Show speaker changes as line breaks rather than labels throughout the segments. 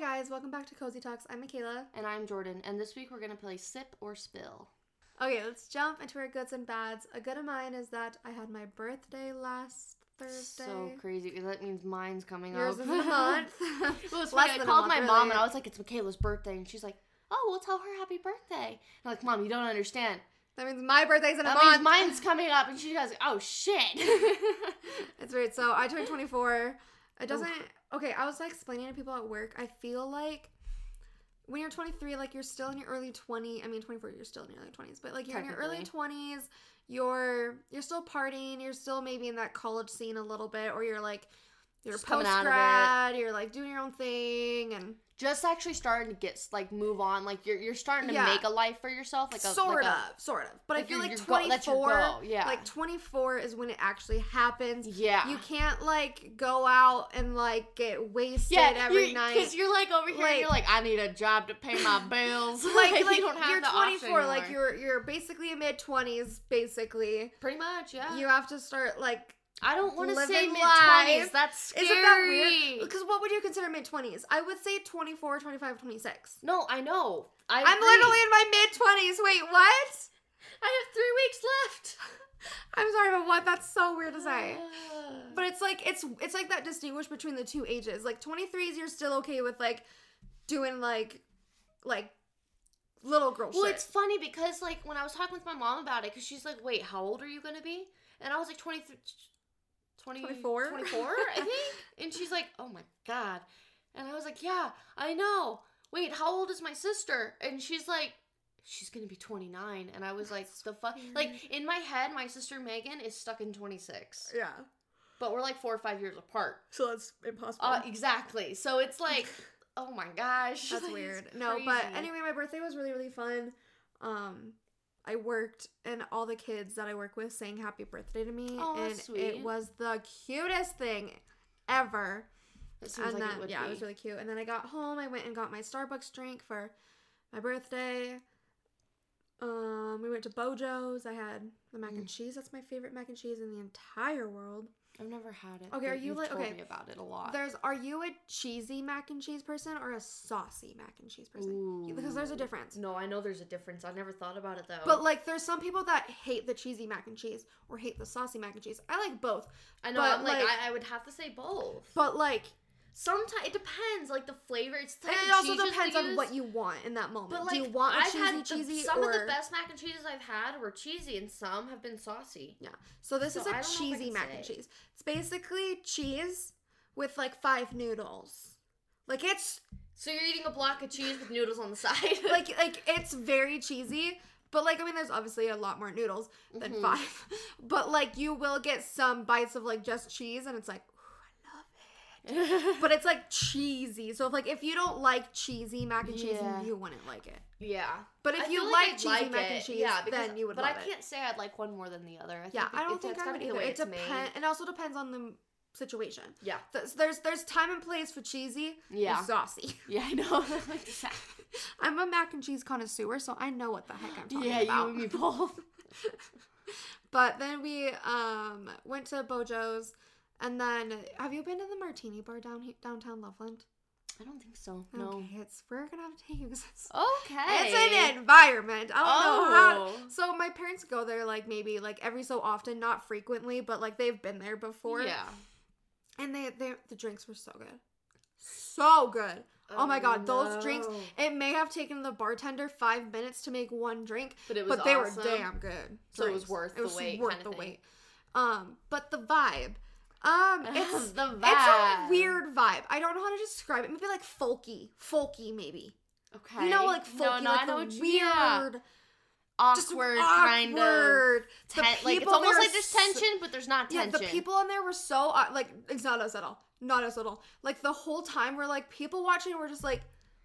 guys, welcome back to Cozy Talks. I'm Michaela.
And I'm Jordan, and this week we're gonna play Sip or Spill.
Okay, let's jump into our goods and bads. A good of mine is that I had my birthday last Thursday.
So crazy. 'cause That means mine's coming
Yours
up.
is in a month.
well, it's
Less
funny. I
than a
called
month,
my mom
really.
and I was like, "It's Michaela's birthday," and she's like, "Oh, we'll tell her happy birthday." And I'm like, "Mom, you don't understand.
That means my birthday's in a
That
month.
means mine's coming up." And she goes, "Oh shit."
It's weird. So I turned 24. It doesn't. Okay, I was like explaining to people at work. I feel like when you're 23, like you're still in your early 20s. I mean, 24, you're still in your early 20s, but like you're in your early 20s. You're you're still partying. You're still maybe in that college scene a little bit, or you're like you're
Just coming
post
out of it.
grad. You're like doing your own thing and
Just actually starting to get like move on. Like you're you're starting to
Yeah. make
make a life for yourself. Like a
sort of, sort of. But I
like
feel
your-
like
your go- that's your
24.
goal, yeah.
Like 24 is when it actually happens.
Yeah.
You can't like go out and like get wasted
yeah,
every
you,
night.
Because you're like over here, and you're
Like-
like, I need a job to pay my bills.
like, like
you don't have
you're
the
24,
option
like
anymore.
you're you're basically in mid 20s basically.
pretty much, yeah.
You have to start like
I don't want to say
living
mid
life.
twenties. That's scary.
isn't that weird? Cuz what would you consider mid 20s? I would say 24, 25, 26.
No, I know. I
I'm
agree.
literally in my mid 20s. Wait, what?
I have three weeks left.
I'm sorry, but what? That's so weird to say. But it's like it's it's like that distinguish between the two ages. Like 23s you're still okay with like doing like like little girl
well,
shit.
it's funny because like when I was talking with my mom about it, because she's like, "Wait, how old are you gonna be?" And I was like, 23, 20,
24?
24, I think. And she's like, "Oh my god," and I was like, "Yeah, I know." Wait, how old is my sister? And she's like, "She's gonna be 29." And I was like, "The fuck!"
weird. Uh,
Like in my head, my sister Megan is stuck in 26,
yeah.
but we're like four or five years apart.
So that's impossible.
Uh, exactly. So it's like, oh my gosh,
That's
like, it's
weird. No, but
crazy.
anyway, my birthday was really, really fun. Um, I worked, and all the kids that I work with sang happy birthday to me.
Aw,
and it
sweet.
was the cutest thing ever.
It seems
and
like
then,
it would
yeah,
be.
it was really cute. And then I got home, I went and got my Starbucks drink for my birthday. Um, we went to Bojo's. I had the mac
Mm.
and cheese. That's my favorite mac and cheese in the entire world.
I've never had it.
Okay, are
but
you
you've
like-
told
okay.
me about it a lot?
There's are you a cheesy mac and cheese person or a saucy mac and cheese person? Because there's a
Ooh.
difference.
No, I know there's a difference. I never thought about it though.
But like, there's some people that hate the cheesy mac and cheese or hate the saucy mac and cheese. I like both,
I know
but,
I'm like,
like-
I, I would have to say both.
but like,
Sometimes it depends, like the flavor. It's the
and
type
it
of
also
cheeses they
depends on what
use.
you want in that moment.
But like,
Do you want a
I've
cheesy
had the-
cheesy
some
or
of the best mac and cheeses I've had were cheesy, and some have been saucy.
yeah? So this
So
is
I
a
don't know if I
cheesy
can
mac and
say.
cheese. It's basically cheese with like five noodles. Like it's
So you're eating a block of cheese with noodles on the side.
like like it's very cheesy. But like I mean, there's obviously a lot more noodles than
Mhm.
five. But like you will get some bites of like just cheese, and it's like, ooh, I love it. but it's like cheesy. So if like if you don't like cheesy mac and cheese,
Yeah.
you wouldn't like it.
yeah.
But if
I
you
feel
like,
I'd
cheesy mac and
it,
cheese,
because-
then you would
But
love
I
it.
can't say I'd like one more than the other. I
Yeah,
think
I don't
it's,
think
it's
I
gotta
would
be the
either.
way
It
it's made.
depends, and also depends on the situation.
Yeah,
There's, there's there's time and place for cheesy.
Yeah.
and saucy.
yeah, I know.
I'm a mac and cheese connoisseur, so I know what the heck I'm talking
yeah, you
about.
and me both.
But then we um went to Bojo's, and then have you been to the Martini Bar down he- downtown Loveland?
I don't think so. No.
okay, it's we're gonna have to take you. 'cause it's-
Okay.
It's an environment. I don't know how.
Oh.
So my parents go there like maybe like every so often, not frequently, but like they've been there before.
Yeah.
And they, they the drinks were so good, so good. Oh, my god, those drinks.
Oh, no.
It may have taken the bartender five minutes to make one drink,
But it was
but they
awesome.
were damn good.
So it was
drinks.
worth the wait
worth
kinda
the
thing.
wait. Um, but the vibe. Um, it's
It's the vibe.
it's a weird vibe. I don't know how to describe it. Maybe like folky, folky maybe.
Okay.
You know, like
No,
folky,
no, I
like
know
the
what you-
weird,
yeah.
just
awkward, kind of.
awkward. The
Ten- like it's
people
almost
there
like
are
there's
so-
tension, but there's not
Yeah,
tension.
the people on there were so aw- like it's not us at all, not us at all. Like the whole time we're like people watching, we're just like,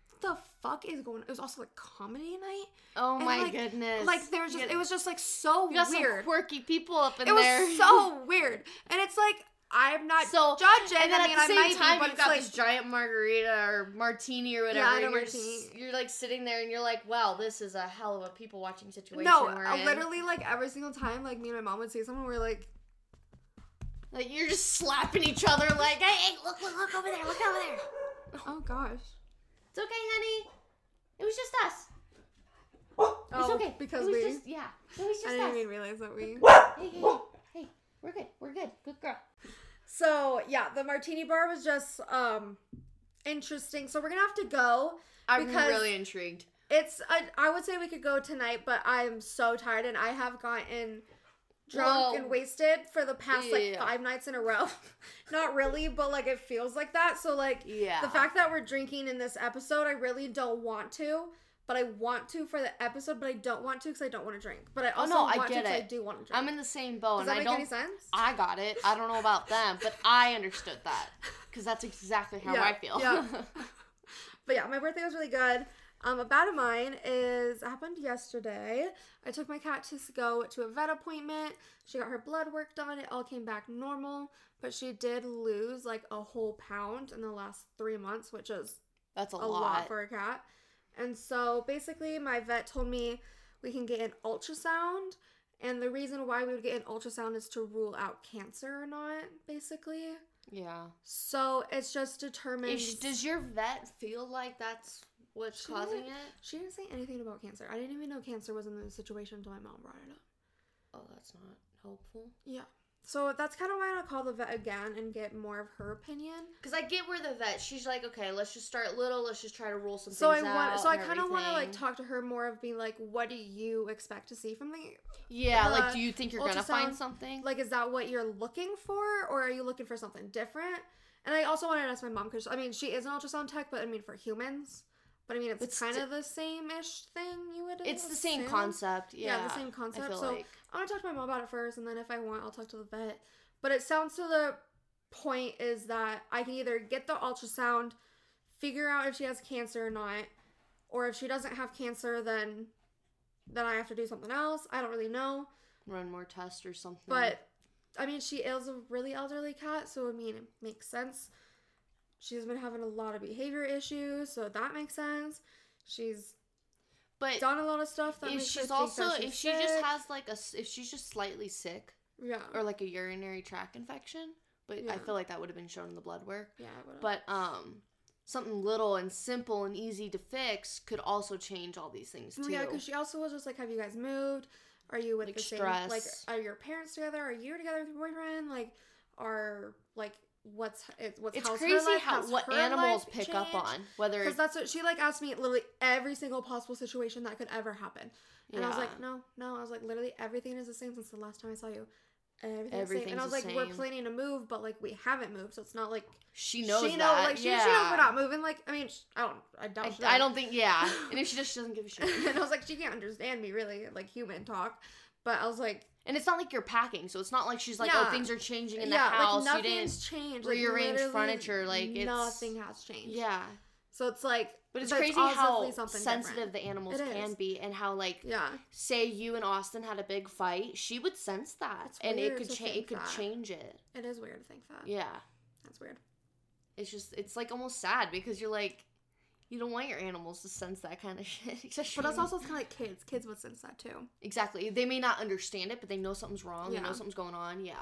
what the fuck is going? It was also like comedy night.
Oh
and,
my
like-
goodness.
Like there was just
You-
it was just like so
you got some
weird.
quirky people up in
It was
there.
so weird, and it's like I'm not
So-
judging.
And then
I mean,
at the
I
same
might
time,
be, but
you've
it's
got
like
this giant margarita or martini or whatever.
Yeah, I
and
know
you're, s-
martini.
you're like sitting there and you're like, wow, this is a hell of a people watching situation.
no,
we're
I
in.
literally like every single time, like me and my mom would see someone, we're like,
Like, you're just slapping each other, like, hey, hey, look, look, look over there, look over there.
oh gosh,
It's okay, honey. It was just us. It's
Oh,
okay.
because
it was
we-
just yeah. It was just
I
us.
didn't even Oh. realize that we.
Hey, hey, hey, hey. We're good. We're good. Good girl.
So yeah, the martini bar was just um interesting. So we're gonna have to go.
I'm
Because-
really intrigued.
It's I, I would say we could go tonight, but I'm so tired and I have gotten drunk
Well,
and wasted for the past like
yeah.
five nights in a row. Not really, but like it feels like that. So like
Yeah.
the fact that we're drinking in this episode, I really don't want to. But I want to for the episode, but I don't want to because I don't want to drink. But I
Oh,
also
no, I
want to
get
'cause I
it.
do want to drink.
I'm in the same
Does
boat, and
that
I
make
don't.
any sense?
I got it. I don't know about them, but I understood that because that's exactly how
Yeah,
I feel.
yeah. But yeah, my birthday was really good. Um, a bad of mine is happened yesterday. I took my cat to s- go to a vet appointment. She got her blood work done. It all came back normal, but she did lose like a whole pound in the last three months, which is
that's
a
a, lot.
lot. for a cat. And so basically, my vet told me we can get an ultrasound. And the reason why we would get an ultrasound is to rule out cancer or not, basically.
yeah.
So it's just determined.
Is- does your vet feel like that's what's
She
causing
doesn't-
it?
She didn't say anything about cancer. I didn't even know cancer was in the situation until my mom brought it up.
Oh, that's not helpful.
Yeah. So that's kind of why I call the vet again and get more of her opinion.
Because I get where the vet, she's like, okay, let's just start little. Let's just try to rule some
So I
things
want,
out
so I
and
kind of want to like
everything."
talk to her more of being like, what do you expect to see from the,
Yeah,
uh,
like, do you think you're gonna find
ultrasound,
something?
like, is that what you're looking for, or are you looking for something different? And I also wanted to ask my mom because I mean she is an ultrasound tech, but I mean for humans, but I mean it's,
It's
kind
sti-
of the same ish thing you would.
it's the same
assume.
concept. Yeah,
Yeah, the same
I
concept.
feel
so
like
I want to talk to my mom about it first, and then if I want, I'll talk to the vet. But it sounds to the point is that I can either get the ultrasound, figure out if she has cancer or not, or if she doesn't have cancer, then then I have to do something else. I don't really know,
run more tests or something.
but I mean, she is a really elderly cat, so I mean, it makes sense. She's been having a lot of behavior issues, so that makes sense. She's
but
done a lot of stuff that
if
makes her think
she's
that
also
she's
if she just
sick.
has like a s- if she's just slightly sick
yeah
or like a urinary tract infection, but
Yeah.
I feel like that would have been shown in the blood work.
yeah I would've-
But um, something little and simple and easy to fix could also change all these things
Well,
too.
Yeah, because she also was just like, "Have you guys moved? Are you with
Like,
the same? Like,
stress.
are your parents together? Are you together with your boyfriend? Like, are like what's it, what's
it's
how's her
crazy
life?
how
How's
what
her
animals
life
pick up
changed?
on whether
Because
it's
that's what she like asked me literally every single possible situation that could ever happen, and I was
yeah.
like, no, no, I was like, literally everything is the same since the last time I saw you. Everything's, the same.
Everything's
And I was
the
like, we're
same.
planning to move, but like we haven't moved, so it's not like
she knows
she
that.
like she,
yeah.
she knows we're not moving. Like I mean, sh I don't, I doubt. she
I,
does.
I don't think yeah. And if she does, she doesn't give a shit.
and I was like, she can't understand me really, like human talk. But I was like,
And it's not like you're packing, so it's not like she's like, oh,
Yeah.
things are changing in
yeah,
the house.
like
you didn't.
nothing's changed. Like,
rearrange
literally
furniture, like, it's-
nothing has changed.
Yeah,
So it's like,
but it's
there's
crazy
obviously
how
something
sensitive
different.
the animals
It
can
is.
be, and how like
Yeah,
say you and Austin had a big fight, she would sense that,
It's
and
weird
it could
to
change. It
think
could
that. Uh,
change it.
it is weird to think that.
Yeah,
That's weird.
it's just it's like almost sad because you're like, you don't want your animals to sense that kind of shit. especially
But that's
when-
also kind of like kids. Kids would sense that too.
Exactly. They may not understand it, but they know something's wrong. They
Yeah.
know something's going on. Yeah.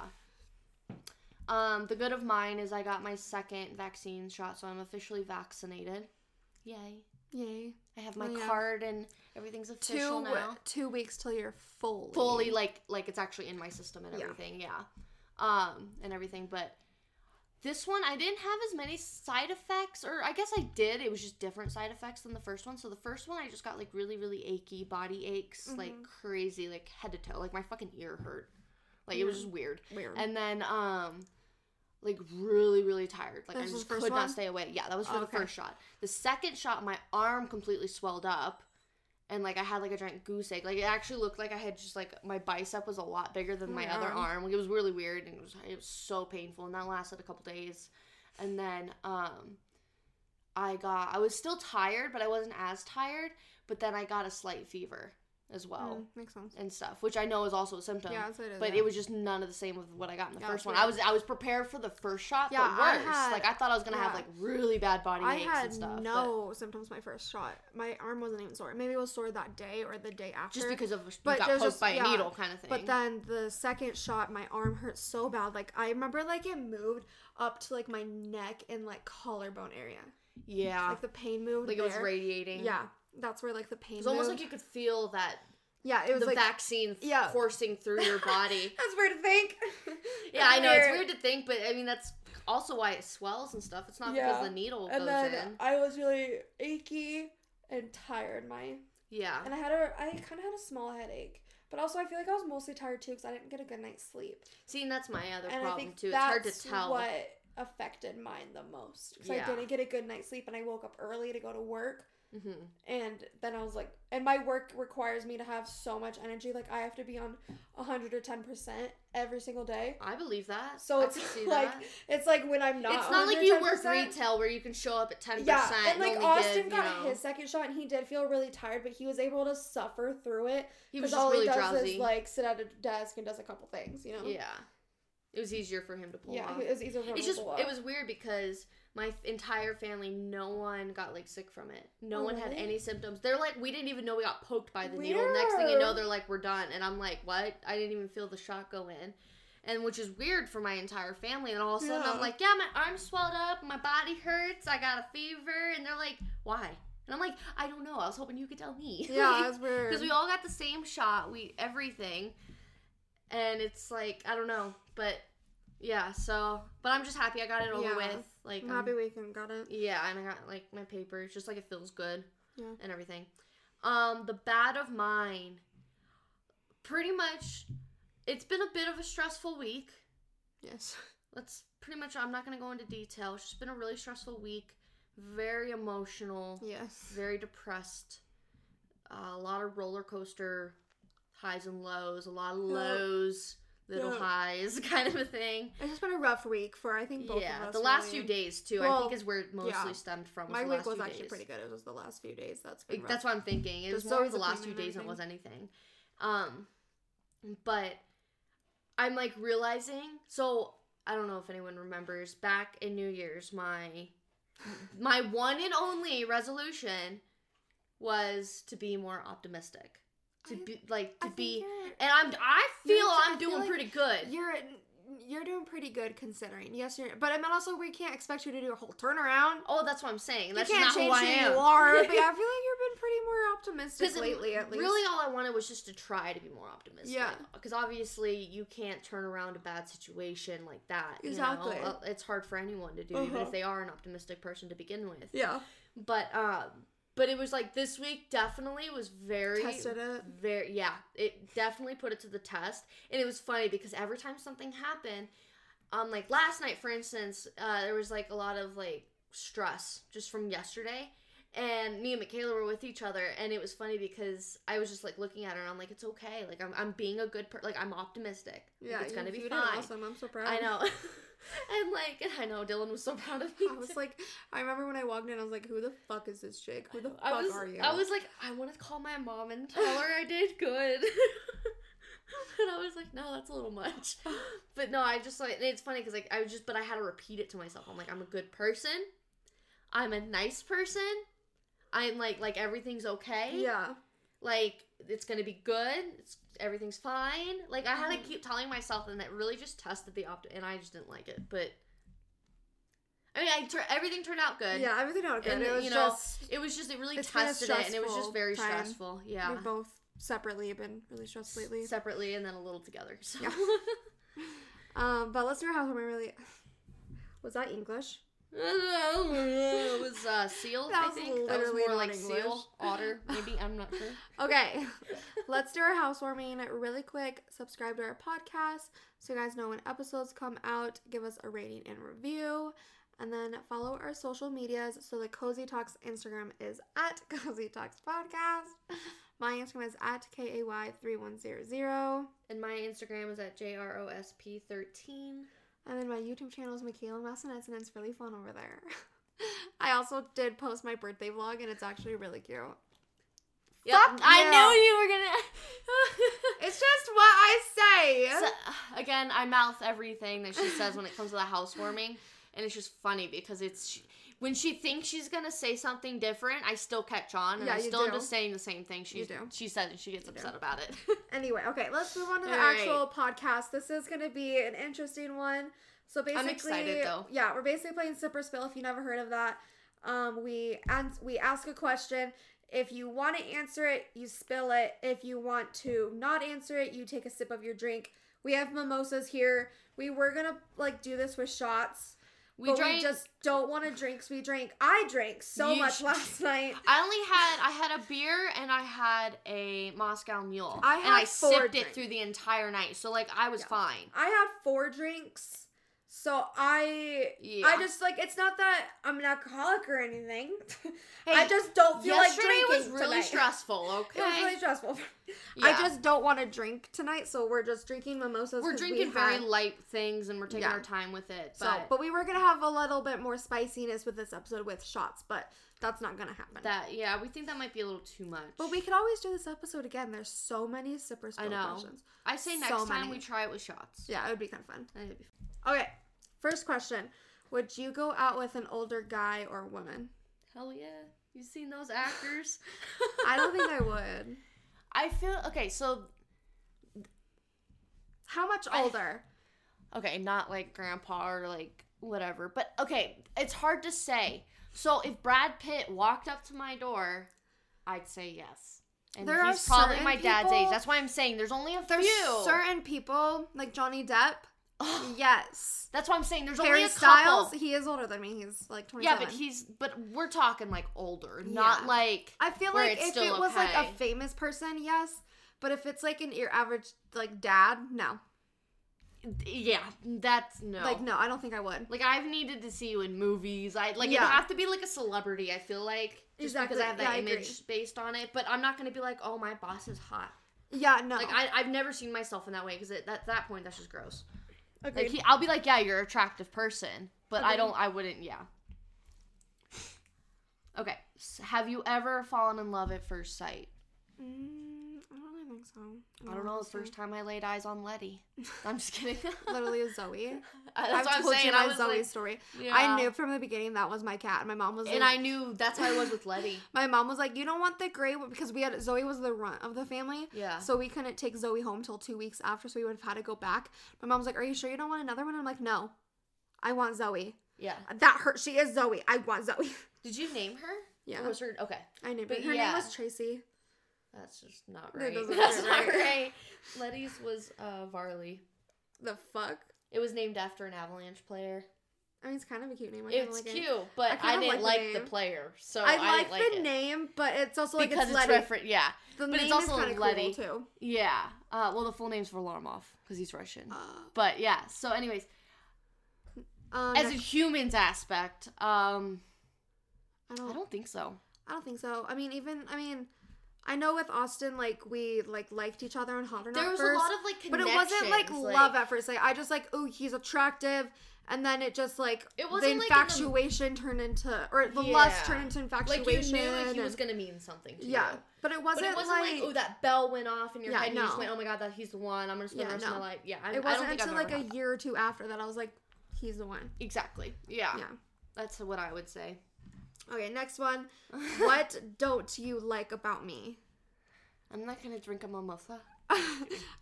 Um, the good of mine is I got my second vaccine shot, so I'm officially vaccinated. Yay.
Yay.
I have my
Oh, yeah.
card and everything's official
two
now.
two weeks till you're fully
Fully like like it's actually in my system and
Yeah.
everything, yeah. Um, and everything, but this one I didn't have as many side effects, or I guess I did. It was just different side effects than the first one. So the first one I just got like really, really achy body aches, like
Mhm.
crazy, like head to toe. Like my fucking ear hurt. Like it was
Yeah.
just weird.
weird.
And then um like really, really tired. Like
That was
I
the
just
first
could
one?
not stay awake. Yeah, that was for
Oh,
the
okay.
first shot. The second shot, my arm completely swelled up and like I had like a giant goose egg. Like it actually looked like I had just like my bicep was a lot bigger than
Oh
my
my
other
God.
arm. Like it was really weird and it was it was so painful and that lasted a couple days. And then um I got I was still tired, but I wasn't as tired, but then I got a slight fever as well
Mm, makes sense.
and stuff, which I know is also a symptom
Yeah, that's what it is.
but
yeah.
it was just none of the same with what I got in the
Yeah,
first
that's
one. I was I was prepared for the first shot,
Yeah,
but
I
worse.
had-
like I thought I was gonna have
yeah.
like really bad body
I
aches
had
and stuff. but
no symptoms my first shot. My arm wasn't even sore. Maybe it was sore that day or the day after.
just because of you
But
got
there's
poked
just-
by
yeah.
a needle kind of thing.
But then the second shot, my arm hurt so bad. Like I remember, like it moved up to like my neck and like collarbone area.
Yeah.
Like the pain moved.
Ah. Like it was
there.
radiating.
Yeah, that's where like the pain.
It was almost like
moved.
you could feel that
yeah, it was
the
like
vaccine
yeah.
coursing through your body.
that's weird to think.
yeah, I know it's
Weird.
weird to think, but I mean that's also why it swells and stuff. It's not
Yeah.
because the needle
and
goes
then
in.
I was really achy and tired. My
Yeah.
and I had a I kind of had a small headache, but also I feel like I was mostly tired too because I didn't get a good night's sleep.
See, and that's my other
and I
problem
think
too. It's
that's
hard to tell.
what affected mine the most because
Yeah.
I didn't get a good night's sleep and I woke up early to go to work.
hmm
And then I was like, and my work requires me to have so much energy. Like, I have to be on 110% every single day.
I believe that.
So
I
it's
could see
like,
that.
it's like when I'm not.
it's not like you work
110%.
retail where you can show up at ten
Yeah,
percent.
and like
only
Austin
give,
got
you know,
his second shot, and he did feel really tired, but he was able to suffer through it.
He
because
was just
all
really
he does
drowsy.
is like sit at a desk and does a couple things, you know.
yeah, it was easier for him to pull
yeah.
off.
It was easier for him
It's
to
just
pull
it
off.
was weird because my f- entire family, no one got like sick from it. No
Oh,
one had
really?
any symptoms. They're like, we didn't even know we got poked by the needle. Next thing you know,
Weird.
they're like, we're done. And I'm like, what? I didn't even feel the shot go in. And which is weird for my entire family. And all of a sudden, I'm
Yeah.
like, yeah, my arm's swelled up, my body hurts, I got a fever. And they're like, why? And I'm like, I don't know. I was hoping you could tell me.
yeah, it was weird.
because we all got the same shot we everything and it's like i don't know but yeah so but i'm just happy i got it over
Yeah.
with like um,
I'm
I'm-
happy we can got it.
yeah and i got like my papers just like it feels good
Yeah.
and everything um the bad of mine pretty much it's been a bit of a stressful week
Yes.
let's pretty much i'm not going to go into detail it's just been a really stressful week very emotional
Yes.
very depressed. Uh, a lot of roller coaster highs and lows, a lot of
Yeah.
lows, little
Yeah.
highs, kind of a thing.
It's just been a rough week for I think both of
yeah,
us.
the last
really.
few days too. I
Well,
think is where it mostly
yeah.
stemmed from.
My
the
week
last
was
few
actually
days.
pretty good. It was the last few days that's been
Like, That's
rough.
what I'm thinking. It was
Just
more of
always
the
the
last
pain
few
and
days than it was
everything.
anything. Um, but I'm like realizing. So I don't know if anyone remembers back in New Year's, my my one and only resolution was to be more optimistic. To
I-
be like to
I think
be,
you're-
and I'm I feel
You're t- I
I'm
feel
doing
like
pretty good.
You're you're doing pretty good considering. Yes, you're. But I mean, also we can't expect you to do a whole turnaround.
oh, that's what I'm saying. That's
you can't
not
change
who I
who
am.
you are. But yeah, I feel like you've been pretty more optimistic
it-
lately, at least.
Really, all I wanted was just to try to be more optimistic.
Yeah.
Because obviously, you can't turn around a bad situation like that. you know?
Exactly.
Uh, It's hard for anyone to do, even
Uh-huh.
if they are an optimistic person to begin with.
Yeah.
But um, but it was like this week definitely was very
Tested it.
very yeah it definitely put it to the test and it was funny because every time something happened um like last night for instance uh there was like a lot of like stress just from yesterday and me and Michaela were with each other and it was funny because I was just like looking at her and I'm like it's okay like I'm, I'm being a good per- like I'm optimistic yeah
Yeah.
it's gonna
you-
be
you did
fine
Awesome. I'm so proud.
I know and like and I know Dylan was so proud of me
I was
too.
like, I remember when I walked in, I was like, "Who the fuck is this chick? Who the fuck
I was,
are you?"
I was like, I want to call my mom and tell her I did good. and I was like, no, that's a little much. But no, I just like, and it's funny because like I was just, but I had to repeat it to myself. I'm like, I'm a good person. I'm a nice person. I'm like, like everything's okay.
yeah.
Like it's gonna be good. It's, everything's fine. Like I had to
Mhm.
keep telling myself, and that really just tested the opt, and I just didn't like it. But I mean, I tur everything turned out good.
Yeah, everything out good.
And,
it was
you know,
just
It was just it really
It's been a
tested it, and it was just
stressful
very
time.
stressful. Yeah,
we've both separately been really stressed lately.
separately and then a little together. So
Yeah. Um, but let's do our housewarming really. Was that English?
it was uh, seal.
That
I
was
think that was
literally
more
not
like
English.
seal otter. Maybe I'm not sure.
Okay, let's do our housewarming really quick. Subscribe to our podcast so you guys know when episodes come out. Give us a rating and review. And then follow our social medias. So the Cozy Talks Instagram is at Cozy Talks Podcast. My Instagram is at KAY3100.
And my Instagram is at jrosp13.
And then my YouTube channel is Michaela Massanets, and it's really fun over there. I also did post my birthday vlog, and it's actually really cute.
Yep,
Fuck
I
yeah.
knew
It's just what I say.
you were gonna. So, again, I mouth everything that she says when it comes to the housewarming, and it's just funny because it's she, when she thinks she's gonna say something different, I still catch on, and
Yeah,
I
you
still am
do.
just saying the same thing she
You do.
she says, and she gets
do.
upset about it.
Anyway, okay, let's move on to the
All right.
actual podcast. This is going to be an interesting one. So basically,
excited, though.
yeah, we're basically playing Sip or Spill. If you never heard of that, Um, we ans- we ask a question. If you want to answer it, you spill it. If you want to not answer it, you take a sip of your drink. We have mimosas here. We were gonna like do this with shots.
We
but
drank.
we just don't want to drink. So we drank. I drank so
You
much
sh-
last night.
I only had I had a beer and I had a Moscow Mule.
I
and I
had four
sipped
drinks.
it through the entire night, so like I was
Yeah.
fine.
I had four drinks. So I
Yeah.
I just like it's not that I'm an alcoholic or anything. I
Hey,
just don't feel like
Yesterday
drinking
was really
tonight.
stressful. Okay.
It was really stressful.
yeah.
I just don't want to drink tonight, so we're just drinking mimosas.
we're
'cause we
drinking very
had-
light things and we're taking
Yeah.
our time with it.
So,
But,
but we were gonna have a little bit more spiciness with this episode with shots, but that's not gonna happen.
that yeah, we think that might be a little too much.
but we could always do this episode again. There's so many sipper
I
spill
know.
questions.
I say
so
next time
many.
we try it with shots.
Yeah, it would be kind of fun.
I think it'd be fun.
Okay, first question: Would you go out with an older guy or woman?
Hell yeah. You've seen those actors?
I don't think I would.
I feel okay, so
How much
I-
older?
okay, not like grandpa or like whatever, but okay, it's hard to say. So if Brad Pitt walked up to my door, I'd say yes. And
There are
he's probably
certain
my dad's age.
people-
That's why I'm saying there's only a
There's
few.
certain people like Johnny Depp. yes.
That's why I'm saying there's
Harry
only a
Styles,
couple.
he is older than me. He's like 27.
Yeah, but he's but we're talking like older, not
Yeah.
like
I feel
where
like
it's
if
still
it was like a
okay.
famous person, yes. But if it's like an your average like dad, no.
yeah. That's no.
Like no, I don't think I would.
Like I've needed to see you in movies. I like
Yeah.
it'd have to be like a celebrity. I feel like just
Exactly.
because I have
Yeah,
that
I agree.
image based on it. But I'm not gonna be like, oh, my boss is hot.
Yeah, no.
Like I, I've never seen myself in that way because at that, that point that's just gross.
Agreed.
Like he, I'll be like, yeah, you're an attractive person, but I
Agreed.
don't. I wouldn't. Yeah. Okay. s have you ever fallen in love at first sight?
Mm, I don't really think so.
I don't know. The first
Mm-hmm.
time I laid eyes on Letty. I'm just kidding.
Literally is Zoe.
that's what
I've
I'm
told
saying.
you
I
my
was
Zoe
like,
story.
yeah.
I knew from the beginning that was my cat. My mom was
and
like,
I knew that's how I was with Letty.
my mom was like, you don't want the gray one because we had Zoe was the runt of the family.
Yeah.
So we couldn't take Zoe home till two weeks after, so we would have had to go back. My mom's like, Are you sure you don't want another one? I'm like, No, I want Zoe.
Yeah.
That hurt. She is Zoe. I want Zoe.
Did you name her?
Yeah.
Or was her okay?
I named
But
her. Her
yeah.
name was Tracy.
That's just not
That
right.
doesn't
That's
fit
not
right.
right. Letty's was uh, Varley.
The fuck?
It was named after an Avalanche player.
I mean, it's kind of a cute name. I kinda
It's
like it.
cute, but
kinda
I,
like
didn't like,
the
the,
name.
player, so I,
I
didn't
like
like
the
it.
name, but it's also like
because
it's,
it's
Letty.
referent. Yeah,
the
but
name
it's also
is kind of cool
Letty.
too.
yeah. Uh, well, the full name's Varlamov because he's Russian.
Uh,
but yeah. So, anyways,
um,
as a
next-
humans aspect, um,
I don't
I don't think so.
I don't think so. I mean, even I mean, I know with Austin, like we like liked each other on Hot or Not
There was
first,
a lot of like
but it wasn't like, love at first sight. I just like, oh, he's attractive, and then it just like
It wasn't,
the
like, in the-
infatuation turned into or the
Yeah.
lust turned into
Like
infatuation.
you knew he
and-
was gonna mean something. To
yeah,
you.
but it wasn't,
but it wasn't like,
like,
oh, that bell went off in your
Yeah,
head, and you just
no.
went, oh my god, that he's the one. I'm gonna spend
Yeah,
the rest
no.
of my life. Yeah, I,
it
I don't
wasn't
think I've
until
ever
like a
had that.
year or two after that I was like, he's the one.
exactly. Yeah,
Yeah.
that's what I would say.
Okay, next one. what don't you like about me?
I'm not gonna drink a mimosa.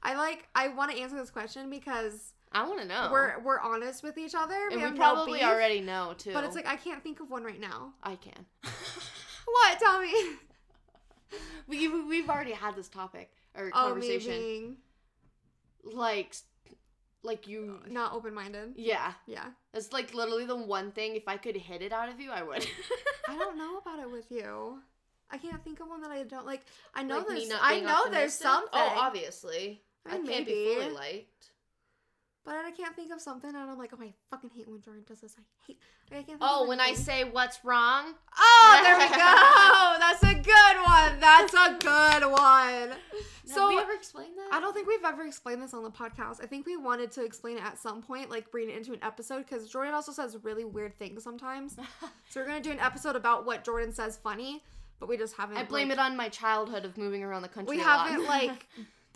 I like. I want to answer this question because.
I want to know.
We're we're honest with each other.
and we,
have no
probably
beef,
already know too.
But it's like I can't think of one right now.
I can.
What? Tell me.
we we- we've already had this topic or
Oh, me
conversation.
being
Like, like you.
not open minded.
Yeah,
Yeah.
that's like literally the one thing. If I could hit it out of you, I would.
I don't know about it with you. I can't think of one that I don't like. I know
Like, me
there's.
not
I
being
know there's
optimistic?
something.
Oh, obviously.
I mean,
can't be
maybe.
fully liked.
But I can't think of something, and I'm like, oh, I fucking hate when Jordan does this. I hate. Like, I can't. Think
Oh,
of
when I
anything.
say what's wrong,
Oh, there we go. That's a good one. That's a good one.
so
So
ever explained that?
I don't think we've ever explained this on the podcast. I think we wanted to explain it at some point, like bring it into an episode, because Jordan also says really weird things sometimes. so we're gonna do an episode about what Jordan says funny, but we just haven't.
I blame
like,
it on my childhood of moving around the country.
We
a lot.
haven't like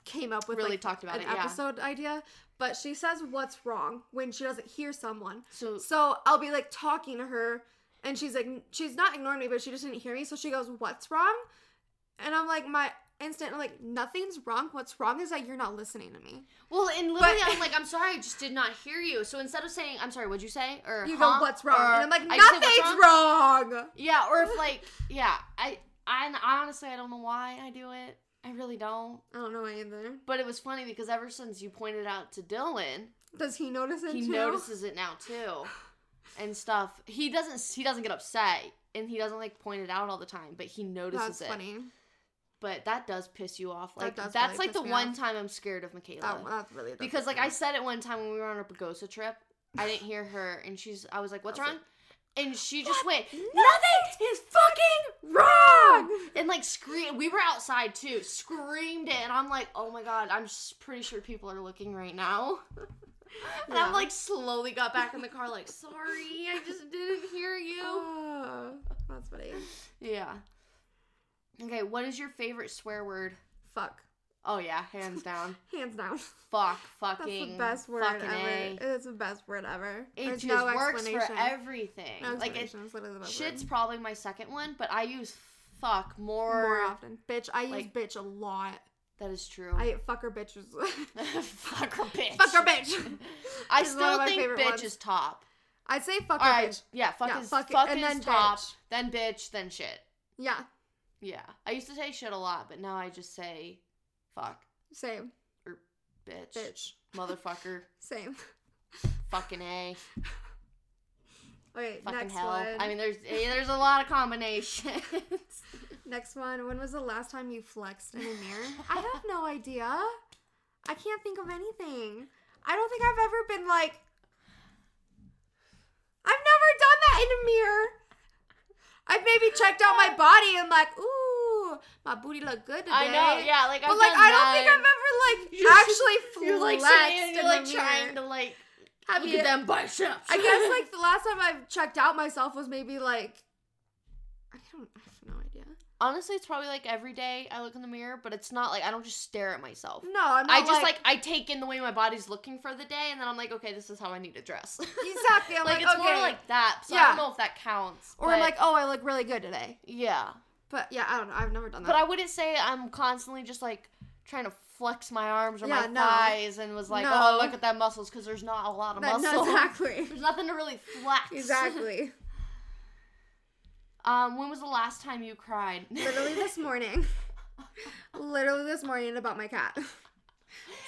came up with
Really
like,
talked about
an
it, yeah.
episode idea. But she says what's wrong when she doesn't hear someone.
so
So I'll be like talking to her, and she's like, she's not ignoring me, but she just didn't hear me. So she goes, "What's wrong?" And I'm like, my instant like nothing's wrong. What's wrong is that you're not listening to me.
Well, and literally, I'm like, I'm sorry, I just did not hear you. So instead of saying, I'm sorry, what'd you say? Or
You
"Huh?"
go, what's wrong?
Or,
and I'm like,
"I said, "What's
nothing's wrong.
Yeah, or if like, yeah, I, I and honestly, I don't know why I do it. I really don't.
I don't know either.
But it was funny because ever since you pointed out to Dylan,
Does he notice it
he
too?
notices it now too, and stuff. He doesn't. He doesn't get upset, and he doesn't like point it out all the time. But he notices
That's
it.
funny.
But that does piss you off. Like
does
that's
really
like
piss
the
me
one
off.
time I'm scared of Michaela.
That, that really does
because
piss
like
me
I
off.
said it one time when we were on a Pagosa trip. I didn't hear her, and she's. I was like, "What's
I was
wrong?" And she just went,
nothing is fucking wrong.
and like scream. We were outside too, screamed it, and I'm like, "Oh my god!" I'm s pretty sure people are looking right now. And
Yeah.
I'm like, slowly got back in the car, like, "Sorry, I just didn't hear you."
Oh, that's funny.
Yeah. Okay, what is your favorite swear word?
Fuck.
Oh yeah, hands down.
Hands down.
Fuck,
That's
fucking,
the best word
fucking
ever.
a.
It's the best word ever.
It
There's
just
no
works for
explanation.
everything.
No
like it,
explanation. it's literally the best
Shit's
word.
probably my second one, but I use fuck more.
more often. Bitch, I use
like-
bitch a lot.
That is true.
I fucker bitches.
fuck or bitch.
fucker bitch.
I
is one of
still
my
think bitch
favorite ones.
is top.
I'd say fucker
All right.
bitch.
Yeah, fuck
Yeah,
is
fuck
fuck,
it, and
is
then
top,
bitch.
then bitch, then shit.
Yeah,
Yeah. I used to say shit a lot, but now I just say fuck,
same.
bitch,
Bitch,
motherfucker,
same.
fucking a,
Okay,
fucking
next
hell.
one.
I mean, there's eh, there's a lot of combinations.
next one. When was the last time you flexed in a mirror? I have no idea. I can't think of anything. I don't think I've ever been like. I've never done that in a mirror. I've maybe checked out my body and like, ooh, my booty looked good today.
I know. Yeah. Like,
But
I've
like,
done
I don't think
none.
I've ever like
You're just-
actually
You're like
flexed
sitting and
in
you're
the
like
mirror.
trying to like
Have
look
you-
at them biceps.
I guess like the last time I've checked out myself was maybe like I don't I have no idea.
honestly, it's probably like every day I look in the mirror, but it's not like I don't just stare at myself.
No, I'm not
I just like, I take in the way my body's looking for the day, and then I'm like, okay, this is how I need to dress.
exactly. I'm
like,
like,
it's
okay.
more like that. So I
Yeah.
don't know if that counts.
or
but-
I'm like, oh, I look really good today.
yeah.
But yeah, I don't know. I've never done that.
But I wouldn't say I'm constantly just like trying to flex my arms or
Yeah,
my
no.
thighs and was like,
No.
oh, look at that muscles because there's not a lot of
That- no,
muscle.
exactly.
There's nothing to really flex.
exactly.
um, when was the last time you cried?
Literally this morning. Literally this morning about my cat.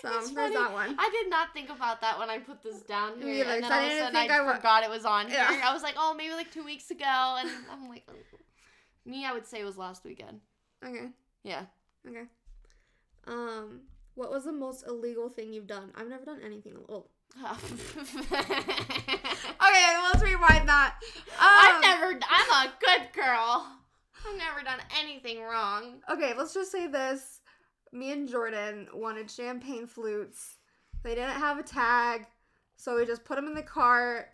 So
It's
there's
funny.
that one.
I did not think about that when I put this down here,
Me either,
and
'cause
then
I
all of a
didn't
sudden
think
I,
I wa-
forgot it was on here.
Yeah.
I was like, oh, maybe like two weeks ago, and I'm like, oh. me, I would say it was last weekend.
Okay.
Yeah,
Okay. Um, what was the most illegal thing you've done? I've never done anything oh. illegal. Okay, let's rewind that. Um,
I've never. I'm a good girl. I've never done anything wrong.
Okay, let's just say this. Me and Jordan wanted champagne flutes. They didn't have a tag, so we just put them in the cart.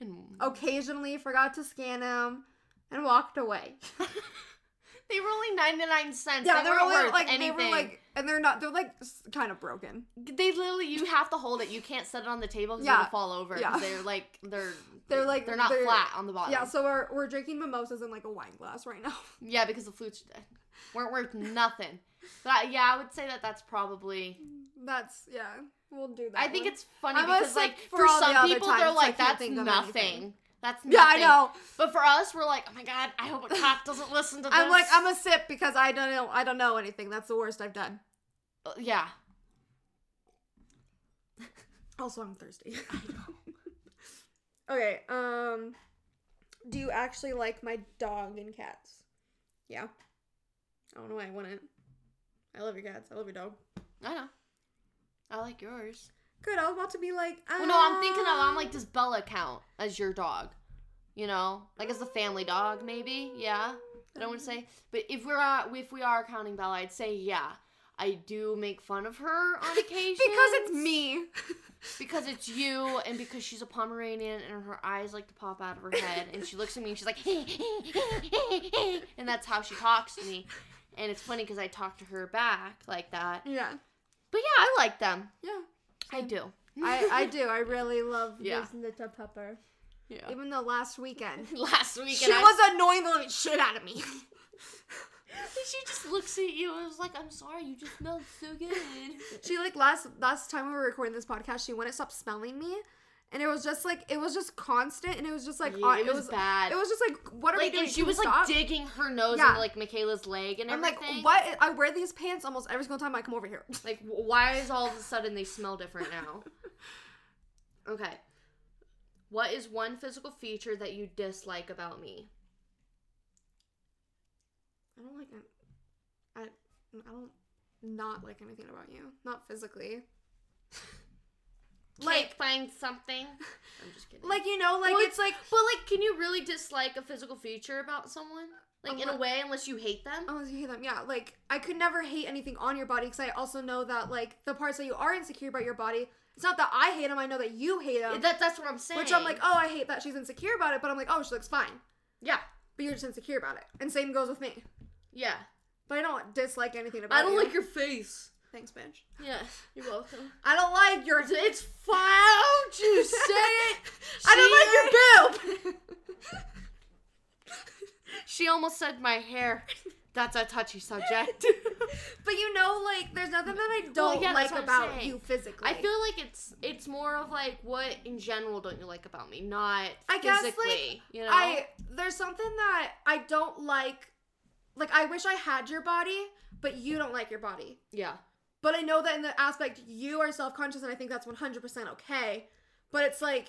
And
Occasionally forgot to scan them and walked away.
They were only ninety nine cents. they, were
only,
worth
like
anything.
they were like and they're not they're like kind of broken.
They literally, you have to hold it. You can't set it on the table because
Yeah.
it'll fall over. 'cause
Yeah.
They're like, they're
They're, like,
they're not
they're-
flat on the bottom.
Yeah, so we're we're drinking mimosas in like a wine glass right now.
Yeah, because the flutes weren't worth nothing. But yeah, I would say that that's probably.
That's yeah. We'll do that.
I think
one.
it's funny
I'm gonna
because
say
like
for
for,
all the
some
other
people
times,
they're
I
like
can't
that's
think of
nothing.
anything.
That's nothing.
Yeah, I know.
But for us, we're like, oh my god, I hope a cop doesn't listen to this.
I'm like I'm a sip because I don't know I don't know anything. That's the worst I've done.
Uh, yeah.
Also, I'm thirsty. okay. Um, do you actually like my dog and cats? Yeah. I don't know why I wouldn't. I love your cats. I love your dog.
I know. I like yours.
Good. I was about to be like.
Well, no, I'm thinking of
ah.
I'm like, does Bella count as your dog? You know, like as a family dog, maybe. Yeah, I don't want to say, but if we're uh, if we are counting Bella, I'd say yeah. I do make fun of her on occasion
because it's me.
because it's you, and because she's a Pomeranian, and her eyes like to pop out of her head, and she looks at me and she's like, and that's how she talks to me, and it's funny because I talk to her back like that.
yeah.
But yeah, I like them.
Yeah.
I do.
I, I do. I really love
Yeah.
this little pupper.
Yeah.
Even though last weekend
Last weekend
she
I
was annoying the living shit out of me.
she just looks at you and is like, "I'm sorry, you just smelled so good."
She like last last time we were recording this podcast, she wouldn't stop smelling me, and it was just like it was just constant, and it was just like
Yeah,
on-
it was bad.
It was just like what are
like,
we doing?
and she
Can we
was like
stop?
digging her nose
Yeah.
into like Michaela's leg and
I'm
everything.
like, what? I wear these pants almost every single time I come over here.
Like, wh- why is all of a sudden they smell different now? okay. What is one physical feature that you dislike about me?
I don't like. I I don't not like anything about you. Not physically.
Like,
Like-
find something. I'm just kidding.
Like you know, like
Well,
it's like
but like, can you really dislike a physical feature about someone? Like, in a
Unle-
way, unless you hate them.
Unless oh, you hate them, yeah. Like I could never hate anything on your body because I also know that like the parts that you are insecure about your body, it's not that I hate them. I know that you hate them,
That that's what I'm saying.
Um, which I'm like, oh, I hate that she's insecure about it, but I'm like, oh, she looks fine.
yeah,
But you're just insecure about it, and same goes with me.
yeah.
But I don't dislike anything about.
I don't
you.
like your face.
Thanks, bitch.
Yeah, you're welcome.
I don't like your.
It's, it's fine. Don't you say it.
I don't like your boob.
She almost said my hair. That's a touchy subject.
but you know, like there's nothing that I don't
yeah,
like
that's what I'm
about
saying.
you physically.
I feel like it's it's more of like what in general don't you like about me, not
I
physically.
guess, like,
you know,
I there's something that I don't like. Like I wish I had your body, but you don't like your body.
yeah,
But I know that in the aspect you are self conscious, and I think that's 100% okay. But it's like,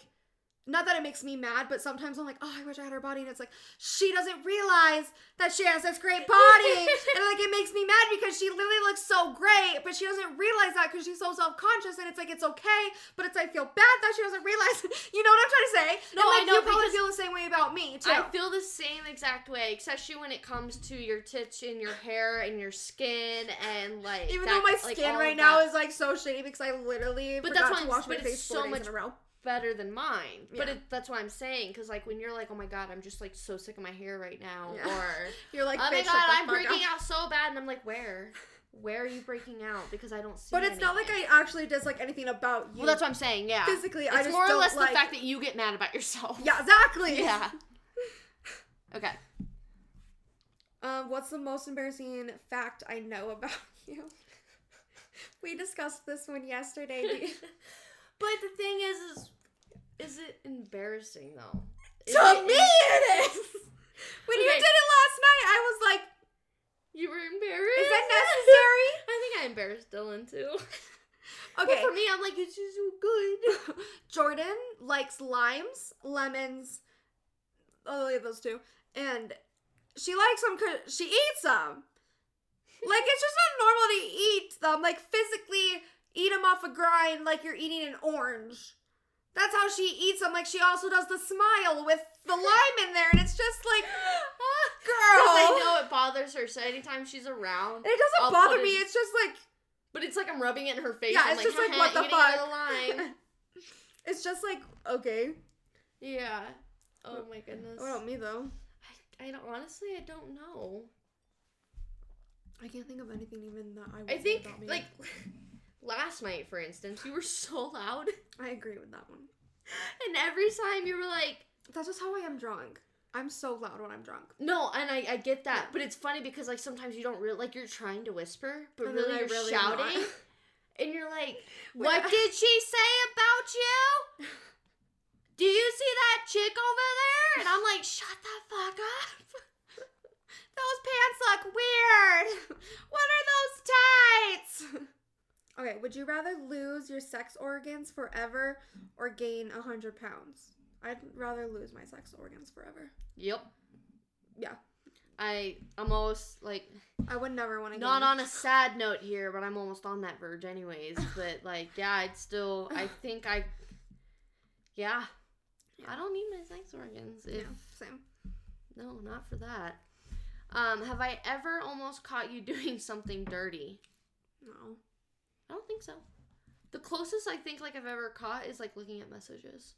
not that it makes me mad, but sometimes I'm like, oh, I wish I had her body. And it's like, she doesn't realize that she has this great body. and like, it makes me mad because she literally looks so great, but she doesn't realize that because she's so self conscious. And it's like, it's okay, but it's I feel bad that she doesn't realize. you know what I'm trying to say? and
No, I
like,
know,
you probably
because
feel the same way about me, too.
I feel the same exact way, especially when it comes to your tits and your hair and your skin and like
Even
that-
though my
like,
skin
all
right
of
now
that
is like so shitty because I literally
But that's
forgot to
why I'm-
wash my
but it's
face
so
four days
much
in a row.
better than mine, but
Yeah.
it, that's what I'm saying because like when you're like, oh my god, I'm just like so sick of my hair right now,
Yeah.
or
You're like,
oh my
bitch, shut
god,
the
I'm
fuck
breaking
up.
out so bad, and I'm like, where, where are you breaking out? Because I don't see.
But it's not like
anything.
I actually dislike anything about you.
Well, that's what I'm saying. Yeah,
physically. I
it's
just
more or
don't
less
like...
the fact that you get mad about yourself.
Yeah, exactly.
Yeah. okay.
Um, what's the most embarrassing fact I know about you? we discussed this one yesterday. Do you-
But the thing is, is is it embarrassing though? Is
to
it-
me, it is. When you
Okay.
did it last night, I was like,
you were embarrassed.
"Is that
I think I embarrassed Dylan too.
necessary?"
But for
Okay.
me, I'm like, it's just so good.
Jordan likes limes, lemons. Oh, yeah, those two. And she likes them because she eats them. Like, it's just not normal to eat them. Like, physically eat them off a grind like you're eating an orange. That's how she eats them. Like, she also does the smile with the lime in there. And it's just like, ah, girl.
Because I know it bothers her, so anytime she's around,
And it doesn't
I'll
bother
put
me.
it-
It's just like,
but it's like I'm rubbing it in her face.
Yeah,
I'm
it's just like,
"Haha,
what the
eating out of
fuck?"
the lime.
it's just like, okay.
yeah. Oh my goodness.
What about me, though?
I, I don't honestly. I don't know.
I can't think of anything even that I would
I
say
think
about me.
like last night, for instance, you were so loud,
I agree with that one.
and every time you were like,
That's just how I am drunk. I'm so loud when I'm drunk.
"No," and I, I get that,
Yeah.
but it's funny because like sometimes you don't really like you're trying to whisper, but
And then
really
I
you're
really am
shouting,
not.
and you're like,
Wait,
"What
I-
did she say about you? Do you see that chick over there?" And I'm like, "Shut the fuck up." Those pants look weird. What are those tights?
Okay, would you rather lose your sex organs forever or gain 100 pounds? I'd rather lose my sex organs forever.
Yep.
Yeah.
I I'm almost like
I would never want to gain.
not on a sad note here, but I'm almost on that verge anyways. But like yeah, I'd still I think I Yeah.
Yeah.
I don't need my sex organs
Yeah,
if
same.
no, not for that. Um, have I ever almost caught you doing something dirty?
No.
I don't think so. The closest I think like I've ever caught is like looking at messages,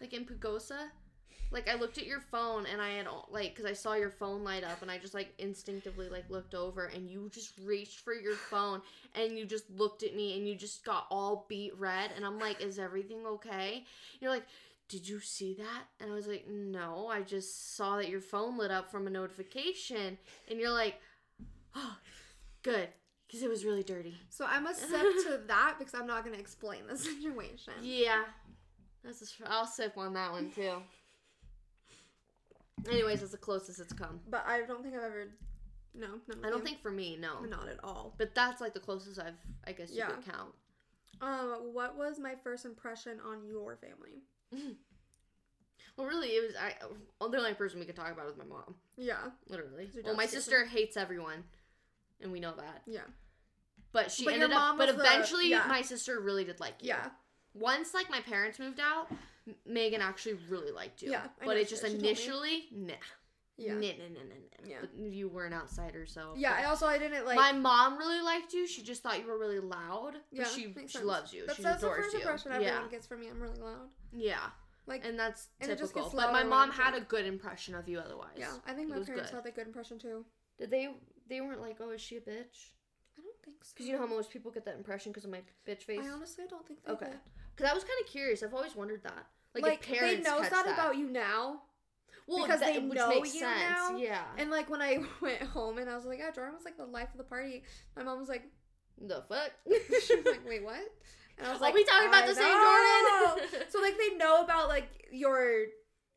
like in Pagosa. Like I looked at your phone and I had all, like because I saw your phone light up and I just like instinctively like looked over and you just reached for your phone and you just looked at me and you just got all beat red and I'm like, is everything okay? You're like. Did you see that? And I was like, no, I just saw that your phone lit up from a notification. And you're like, Good, because it was really dirty.
So I'm a sip to that because I'm not going to explain the situation.
Yeah, that's a, str- I'll sip on that one too. Anyways, that's the closest it's come.
But I don't think I've ever. No, no.
I don't think for me, no.
Not at all.
But that's like the closest I've, I guess you could count.
Um, what was my first impression on your family?
Well, really, it was I. The only person we could talk about is my mom.
Yeah,
Literally.
So your
Well, my
dad's
sister hates everyone, and we know that.
yeah,
But she
But your
ended up.
mom
But
was the-
eventually,
yeah.
my sister really did like you.
yeah.
Once like my parents moved out, M- Megan actually really liked you.
Yeah, I
But
know
it
she-
just
she told me.
initially, nah,
Yeah.
nah, nah, nah, nah, nah.
Yeah.
But you were an outsider, so
Yeah, I also I didn't like
my mom really liked you. She just thought you were really loud.
yeah,
but she,
makes
she
sense.
loves you.
That's,
she
that's the
adores
first
you.
impression
yeah.
everyone gets from me. I'm really loud.
Yeah.
Like,
and that's
and it just
typical.
gets
But my
louder
mom
and
had a good impression of you otherwise.
yeah, I think
it
my
was
parents
good.
had a good impression too.
Did they they weren't like, "Oh, is she a bitch?"
I don't think so.
Cuz you know how most people get that impression cuz of my bitch face.
I honestly don't think they
Okay.
did.
Cuz I was kind of curious. I've always wondered that. Like,
Like,
if
they
parents
knows
catch
that, about you now,
well,
because
that-
they
which
know
makes
you
sense.
now,
Yeah.
and like when I went home and I was like, yeah, Jordan was like the life of the party. My mom was like,
the fuck?
she was like, wait, what? And I was
Are we talking about
"I
the same Jordan?"
know. so like they know about like your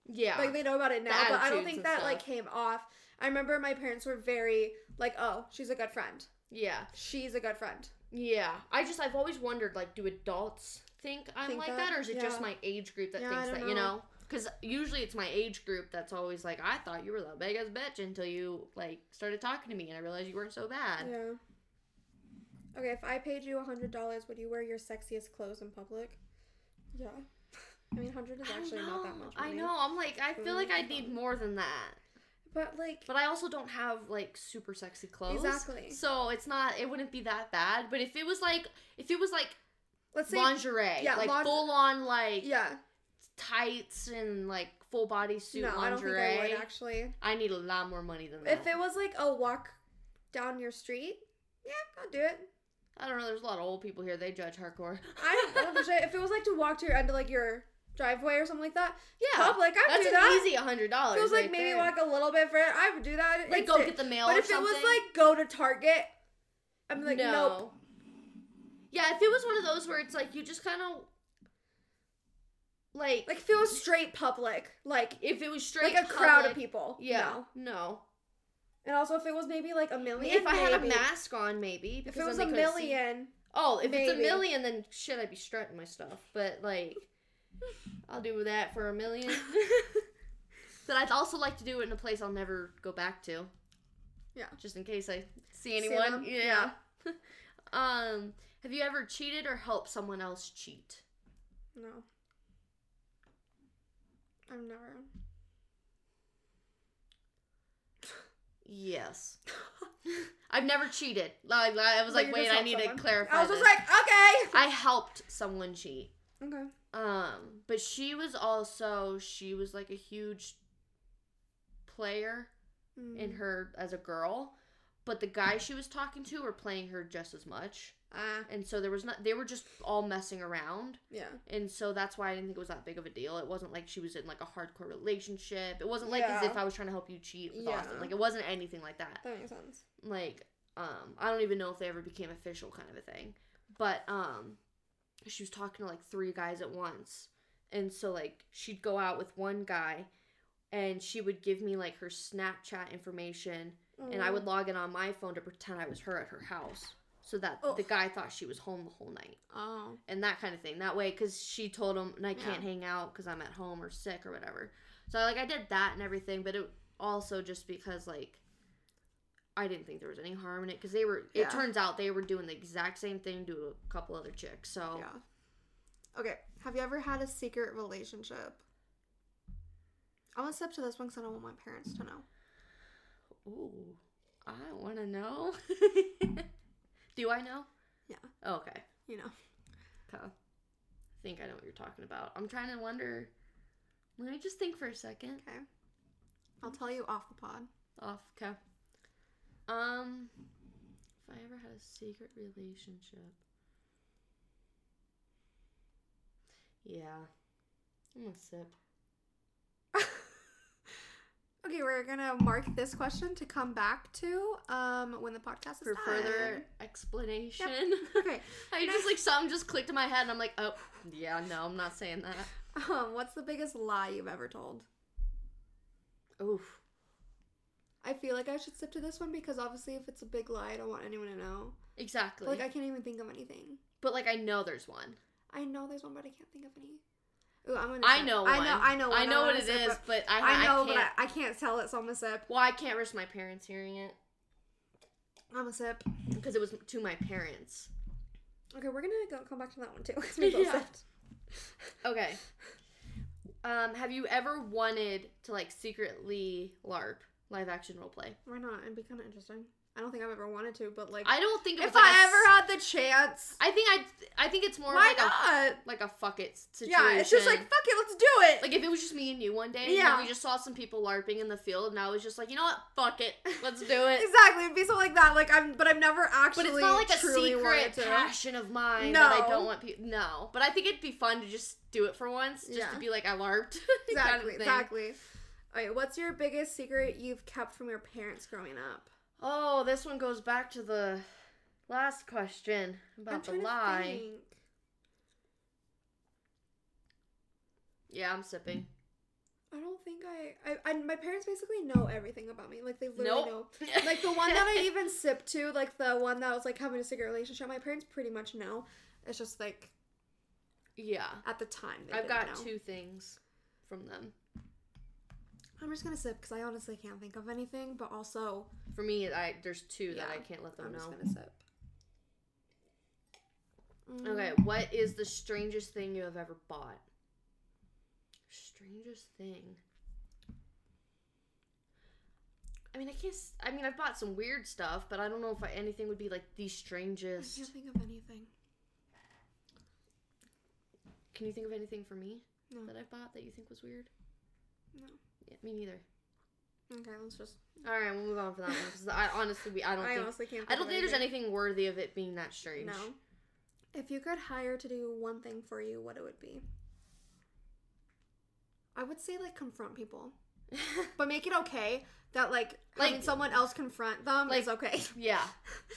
yeah.
Like they know about it now, but I
attitudes
don't think
and
that
stuff.
like came off. I remember my parents were very like, "Oh, she's a good friend.
yeah.
She's a good friend."
Yeah. I just I've always wondered like do adults think I'm
Think
like that?
that?
or is it just
Yeah.
my age group that
Yeah, I
thinks
don't
that, you
know.
know? Cuz usually it's my age group that's always like I thought you were the biggest bitch until you like started talking to me and I realized you weren't so bad.
Yeah. Okay, if I paid you a hundred dollars, would you wear your sexiest clothes in public? Yeah. I mean, hundred is
I
actually
know.
not that much.
I
money.
know. I'm like, I feel like I need more than that.
But like,
But I also don't have like super sexy clothes.
Exactly.
So it's not. It wouldn't be that bad. But if it was like, if it was like
let's say,
lingerie,
yeah,
like
lon-
full on like
yeah.
tights and like full body suit
No, I don't think
lingerie,
I
I,
would actually.
need a lot more money than that.
If it was like a walk down your street, yeah, I'll do it.
I don't know. There's a lot of old people here. They judge hardcore.
I don't, I don't give a shit. If it was like to walk to your end of like your driveway or something like that,
yeah,
public, I'd
that's
do
an
that.
easy hundred dollars.
It was like
right
maybe
there.
walk a little bit further. I would do that.
like go get the mail.
But
or
if it was
something.
like go to Target, I'm like nope.
Yeah, if it was one of those where it's like you just kind of like
Like if it was straight public, like
if it was straight
like a crowd
public-
of people.
Yeah,
no.
no.
And also if it was maybe like a million.
if I had a
maybe.
mask on, maybe
If
because
it was a
then they could've seen-
million,
oh, if it's a
maybe.
million, then shit, I'd be strutting my stuff. But like, I'll do that for a million. but I'd also like to do it in a place I'll never go back to.
Yeah.
just in case I see anyone.
them,
yeah. um, have you ever cheated or helped someone else cheat?
no. I've never.
Yes. I've never cheated. Like I was
But
like,
you
wait,
just
I
helped
need
someone.
to clarify.
I was just
this.
like, okay.
I helped someone cheat.
Okay.
Um, but she was also she was like a huge player in
Mm.
her as a girl, but the guy she was talking to were playing her just as much.
Ah,
And so there was not they were just all messing around.
yeah.
And so that's why I didn't think it was that big of a deal. It wasn't like she was in like a hardcore relationship. It wasn't like as
Yeah.
if I was trying to help you cheat with
Yeah.
Austin. Like it wasn't anything like that
That makes sense.
like um I don't even know if they ever became official kind of a thing. But um she was talking to like three guys at once. And so like she'd go out with one guy and she would give me like her Snapchat information
Mm.
and I
Mm-hmm.
would log in on my phone to pretend I was her at her house so that
Oh.
the guy thought she was home the whole night
Oh.
and that kind of thing. That way, because she told him, and I can't
Yeah.
hang out because I'm at home or sick or whatever. So like I did that and everything, but it also just because like I didn't think there was any harm in it because they were.
Yeah.
It turns out they were doing the exact same thing to a couple other chicks. So
Yeah. Okay. Have you ever had a secret relationship? I want to step to this one because I don't want my parents to know.
ooh, I want to know. Do I know? Oh,
Yeah.
Okay.
You know.
Okay. I think I know what you're talking about. I'm trying to wonder. Let me just think for a second.
Okay. I'll tell you off the pod.
off. Okay. Um, if I ever had a secret relationship, yeah, I'm gonna sip.
Okay, we're gonna mark this question to come back to um when the podcast is
for
done.
further explanation.
Okay.
I just like something just clicked in my head, and I'm like, oh, yeah, no, I'm not saying that.
Um, what's the biggest lie you've ever told?
Oof.
I feel like I should stick to this one because obviously, if it's a big lie, I don't want anyone to know.
Exactly.
But, Like I can't even think of anything.
but like, I know there's one.
I know there's one, but I can't think of any. Ooh, I'm gonna.
I
sip.
know. One.
I know. I know. One.
I know what
I'm
it
gonna sip,
is,
but-
but I,
I know,
I
but
can't.
I, I can't tell it, so I'm gonna sip.
Well, I can't risk my parents hearing it
I'm a sip.
because it was to my parents.
Okay, we're gonna go, come back to that one too. 'cause we both
Yeah.
sipped.
Okay. Um, have you ever wanted to like secretly LARP live action role play?
Why not? It'd be kind of interesting. I don't think I've ever wanted to, but like,
I don't think it was
if
like,
I
a s-
ever had the chance,
I think I I think it's more of
why
like a
not?
like a fuck it situation.
Yeah, it's just like fuck it, let's do it.
like if it was just me and you one day, yeah,
Yeah.
we just saw some people larping in the field, and I was just like, you know what, fuck it, let's do it.
exactly, it'd be something like that. Like I'm, but I've never actually
But it's not like a
truly wanted
secret
to.
passion of mine that
No.
I don't want people. No, but I think it'd be fun to just do it for once, just
Yeah.
to be like I larped. kind of
Exactly,
thing.
exactly. All right, what's your biggest secret you've kept from your parents growing up?
Oh, this one goes back to the last question about the
trying to
lie.
think.
Yeah, I'm sipping.
I don't think I, I, I. My parents basically know everything about me. Like they literally know.
Nope.
Like the one that I even sipped to, like the one that was like having a secret relationship. My parents pretty much know. It's just like
Yeah.
at the time. They
I've
didn't
got
know.
two things from them.
I'm just gonna sip because I honestly can't think of anything. But also,
For me, I there's two that
Yeah,
I can't let them
I'm just
know.
gonna sip. Mm,
Okay, what is the strangest thing you have ever bought? Strangest thing. I mean, I can't. s- I mean, I've bought some weird stuff, but I don't know if I, anything would be like the
I
strangest.
can't think of anything.
Can you think of anything for me
No.
that I've bought that you think was weird?
No.
Yeah, me neither.
Okay, let's just.
All right, we'll move on from that one because I honestly, we I don't
I
think
honestly can't. Think
I don't
of
think there's anything worthy of it being that strange.
No. If you could hire to do one thing for you, what it would be? I would say like confront people, but make it okay that like having
Like-
someone else confront them
like-
is okay.
yeah,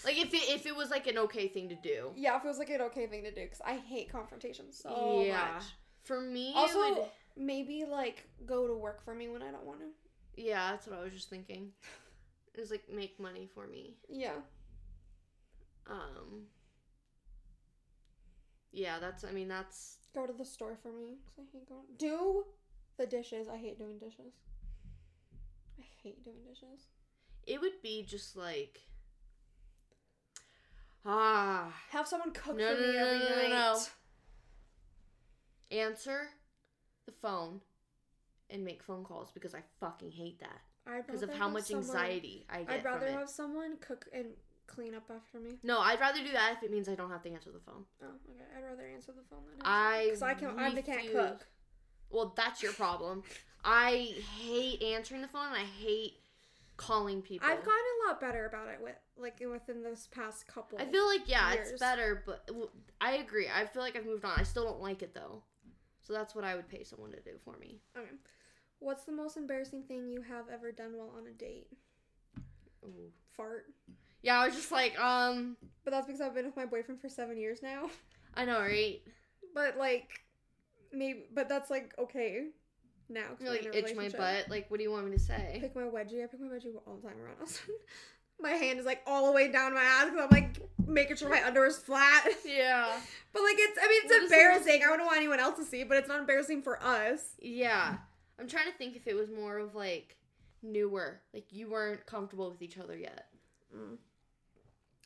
like if it if it was like an okay thing to do.
yeah, it feels like an okay thing to do because I hate confrontation so much.
For me, it
Also,
would-
maybe like go to work for me when I don't want to.
yeah, that's what I was just thinking. It was like make money for me.
Yeah.
Um. Yeah, that's. I mean, that's.
Go to the store for me 'cause I hate going. Do the dishes. I hate doing dishes. I hate doing dishes.
It would be just like. Ah,
Have someone cook
No,
for
no,
me
no,
every
no, no,
night.
no. answer the phone and make phone calls because I fucking hate that
I'd
because of
rather
how
have
much
someone-
anxiety I get
I'd rather
from it.
have someone cook and clean up after me.
No, I'd rather do that if it means I don't have to answer the phone.
Oh, okay. I'd rather answer the phone than
I
because I can. I can't
refuse-
cook.
Well, that's your problem. I hate answering the phone and I hate calling people.
I've gotten a lot better about it with like within this past couple.
I feel like yeah, it's
years.
better, but well, I agree. I feel like I've moved on. I still don't like it though. So that's what I would pay someone to do for me.
Okay. What's the most embarrassing thing you have ever done while on a date?
Ooh.
Fart.
Yeah, I was just like, um,
But that's because I've been with my boyfriend for seven years now.
I know, right?
But like, maybe. But that's like okay now. 'cause
You're
we're in
like
a
itch my
relationship.
butt. Like, what do you want me to
I
say?
pick my wedgie. I pick my wedgie all the time around us. my hand is like all the way down my ass because I'm like making sure my underwear is flat.
Yeah.
but like it's, I mean, it's
What is the
embarrassing. I don't want anyone else to see, but it's not embarrassing for us.
Yeah. I'm trying to think if it was more of like newer. Like you weren't comfortable with each other yet. Mm.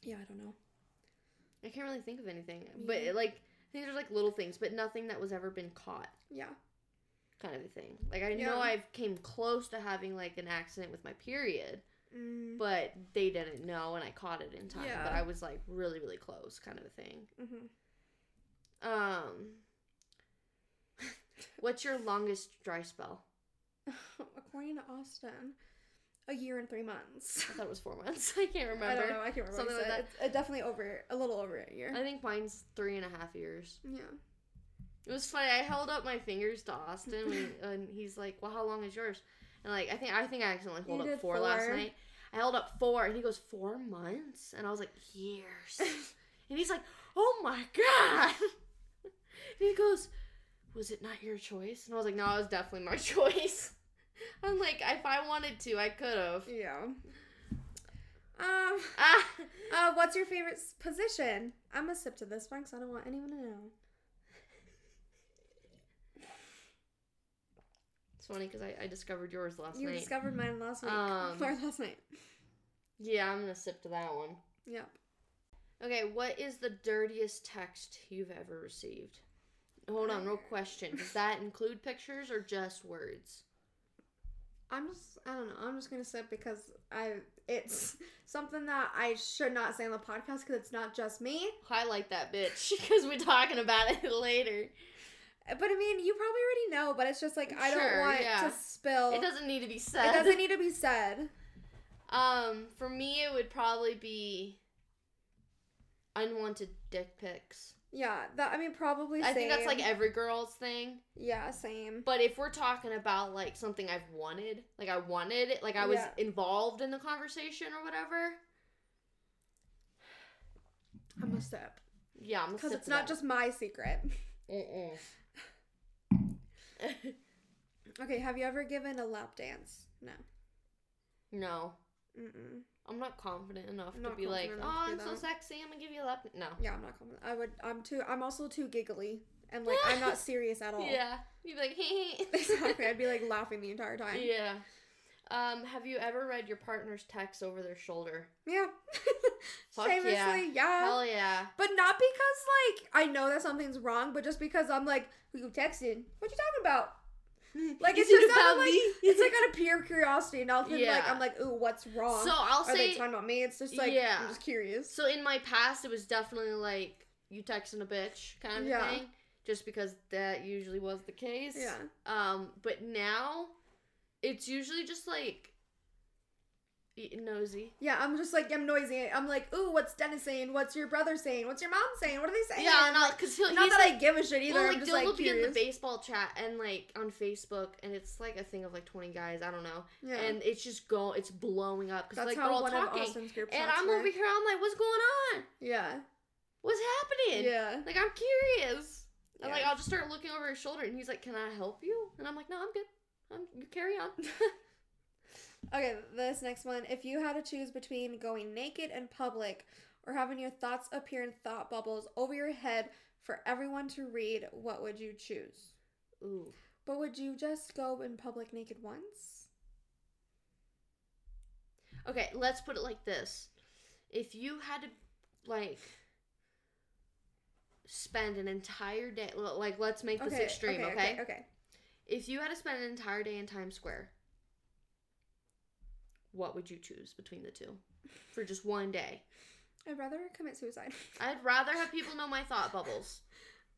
Yeah, I don't know.
I can't really think of anything.
Me
But
neither.
like I think there's like little things, but nothing that was ever been caught
Yeah.
kind of a thing. Like I
Yeah.
know I've came close to having like an accident with my period,
Mm.
but they didn't know and I caught it in time. But
Yeah.
I was like really, really close kind of a thing.
hmm
Um What's your longest dry spell?
According to Austin, a year and three months.
I thought it was four months. I can't remember.
I don't know. I can't remember.
Something like that.
It's, uh, definitely over a little over a year.
I think mine's three and a half years.
yeah.
It was funny. I held up my fingers to Austin when, and he's like, "Well, how long is yours?" and like I think I think I accidentally
You
held
did
up four, last
four.
night. I held up four, and he goes four months, and I was like years, and he's like, oh my god, and he goes, was it not your choice? And I was like, no, it was definitely my choice. I'm like, if I wanted to, I could have.
Yeah. Um.
Ah,
Uh, what's your favorite s- position? I'm gonna sip to this one because I don't want anyone to know.
it's funny because I, I discovered yours last
you
night.
discovered mine last week
Um,
or last night.
yeah, I'm gonna sip to that one.
Yep.
Okay, what is the dirtiest text you've ever received? Hold on, real question. Does that include pictures or just words?
I'm just I don't know. I'm just gonna sip because I it's something that I should not say on the podcast because it's not just me.
Highlight that bitch because we're talking about it later.
Uh, But I mean, you probably already know. But it's just like I
Sure,
don't want
yeah.
to spill.
It doesn't need to be said.
It doesn't need to be said.
Um, for me, it would probably be unwanted dick pics.
Yeah. That I mean, probably.
I think that's like
same.
every girl's thing.
yeah, same.
But if we're talking about like something I've wanted, like I wanted it, like I was
Yeah.
involved in the conversation or whatever.
I'm a sip
Yeah, I'm
because it's not just my secret.
Mm-mm.
Okay, have you ever given a lap dance? No.
no,
Mm-mm.
I'm not confident enough
I'm
to
not
be like,
confident
oh,
enough to
I'm
do
so
that."
sexy. I'm gonna give you a lap. No.
Yeah, I'm not confident. I would. I'm too. I'm also too giggly, and like I'm not serious at all.
Yeah. You'd be like, hey.
Exactly. I'd be like laughing the entire time.
yeah. Um, have you ever read your partner's text over their shoulder?
Yeah.
Fuck
Famously,
yeah.
yeah.
Hell yeah.
But not because like I know that something's wrong, but just because I'm like, who you texting? What you talking about? Like
You
it's
said
just out of,
about
like
me?
it's like out of pure curiosity, nothing like
Yeah.
I'm like, ooh, what's wrong?
So I'll
Are they
say.
talking about me? It's just like
Yeah.
I'm just curious.
So in my past, it was definitely like you texting a bitch kind of
Yeah.
thing, just because that usually was the case.
Yeah.
Um, but now, it's usually just like y- nosy.
Yeah, I'm just like I'm noisy. I'm like, ooh, what's Dennis saying? What's your brother saying? What's your mom saying? What are they saying?
Yeah, not because he'll
Eh, Not
he's
that
like,
I give a shit either.
well,
I'm
like
just
Dylan
like
will be in the
curious.
baseball chat and like on Facebook, and it's like a thing of like twenty guys. I don't know,
yeah.
and it's just go, it's blowing up because
that's
like they're
how
all
one
talking,
of Austin's group
and
chats
I'm
were.
over here. I'm like, what's going on?
Yeah.
What's happening?
Yeah.
Like I'm curious. And like
Yeah.
I'll just start looking over his shoulder, and he's like, "Can I help you?" And I'm like, "No, I'm good. I'm you carry on."
Okay, this next one. If you had to choose between going naked in public or having your thoughts appear in thought bubbles over your head for everyone to read, what would you choose?
Ooh,
But would you just go in public naked once?
Okay, let's put it like this. If you had to like spend an entire day l- like let's make this extreme, okay,
okay, okay.
If you had to spend an entire day in Times Square, what would you choose between the two? For just one day.
I'd rather commit suicide.
I'd rather have people know my thought bubbles.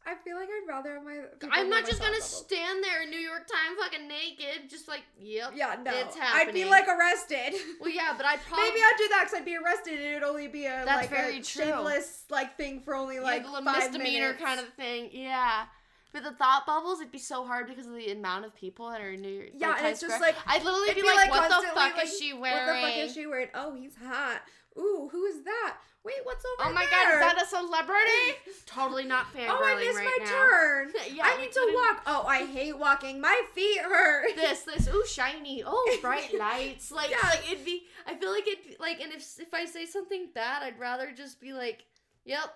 I feel like I'd rather have my. people
I'm
know
not
my
just
thought
gonna
bubbles.
stand there in New York Times fucking naked, just like, yep.
Yeah, no.
It's
I'd be
happening.
like arrested.
Well, yeah, but I'd probably
Maybe I'd do that because I'd be arrested and it'd only be a
That's
like
very
a
true.
shameless like thing for only
Yeah,
like
the
five
little misdemeanor
minutes.
kind of thing. Yeah. But the thought bubbles, it'd be so hard because of the amount of people that are in New York.
Yeah,
like,
and
Times
it's just
Square.
like-
I'd literally
it'd
be
be, like,
like, what the fuck
constantly, like,
is she
What
wearing?
the fuck is she wearing? Oh, he's hot. Ooh, who is that? Wait, what's over there?
Oh my god, is that a celebrity? totally not fangirling
Oh, I missed
right
my
now.
turn.
yeah,
I
like,
need to
what is-
walk. Oh, I hate walking. My feet hurt.
This, this, ooh, shiny, oh, bright lights. Like,
Yeah.
like it'd be. I feel like it'd be, like, and if if I say something bad, I'd rather just be like, "Yep,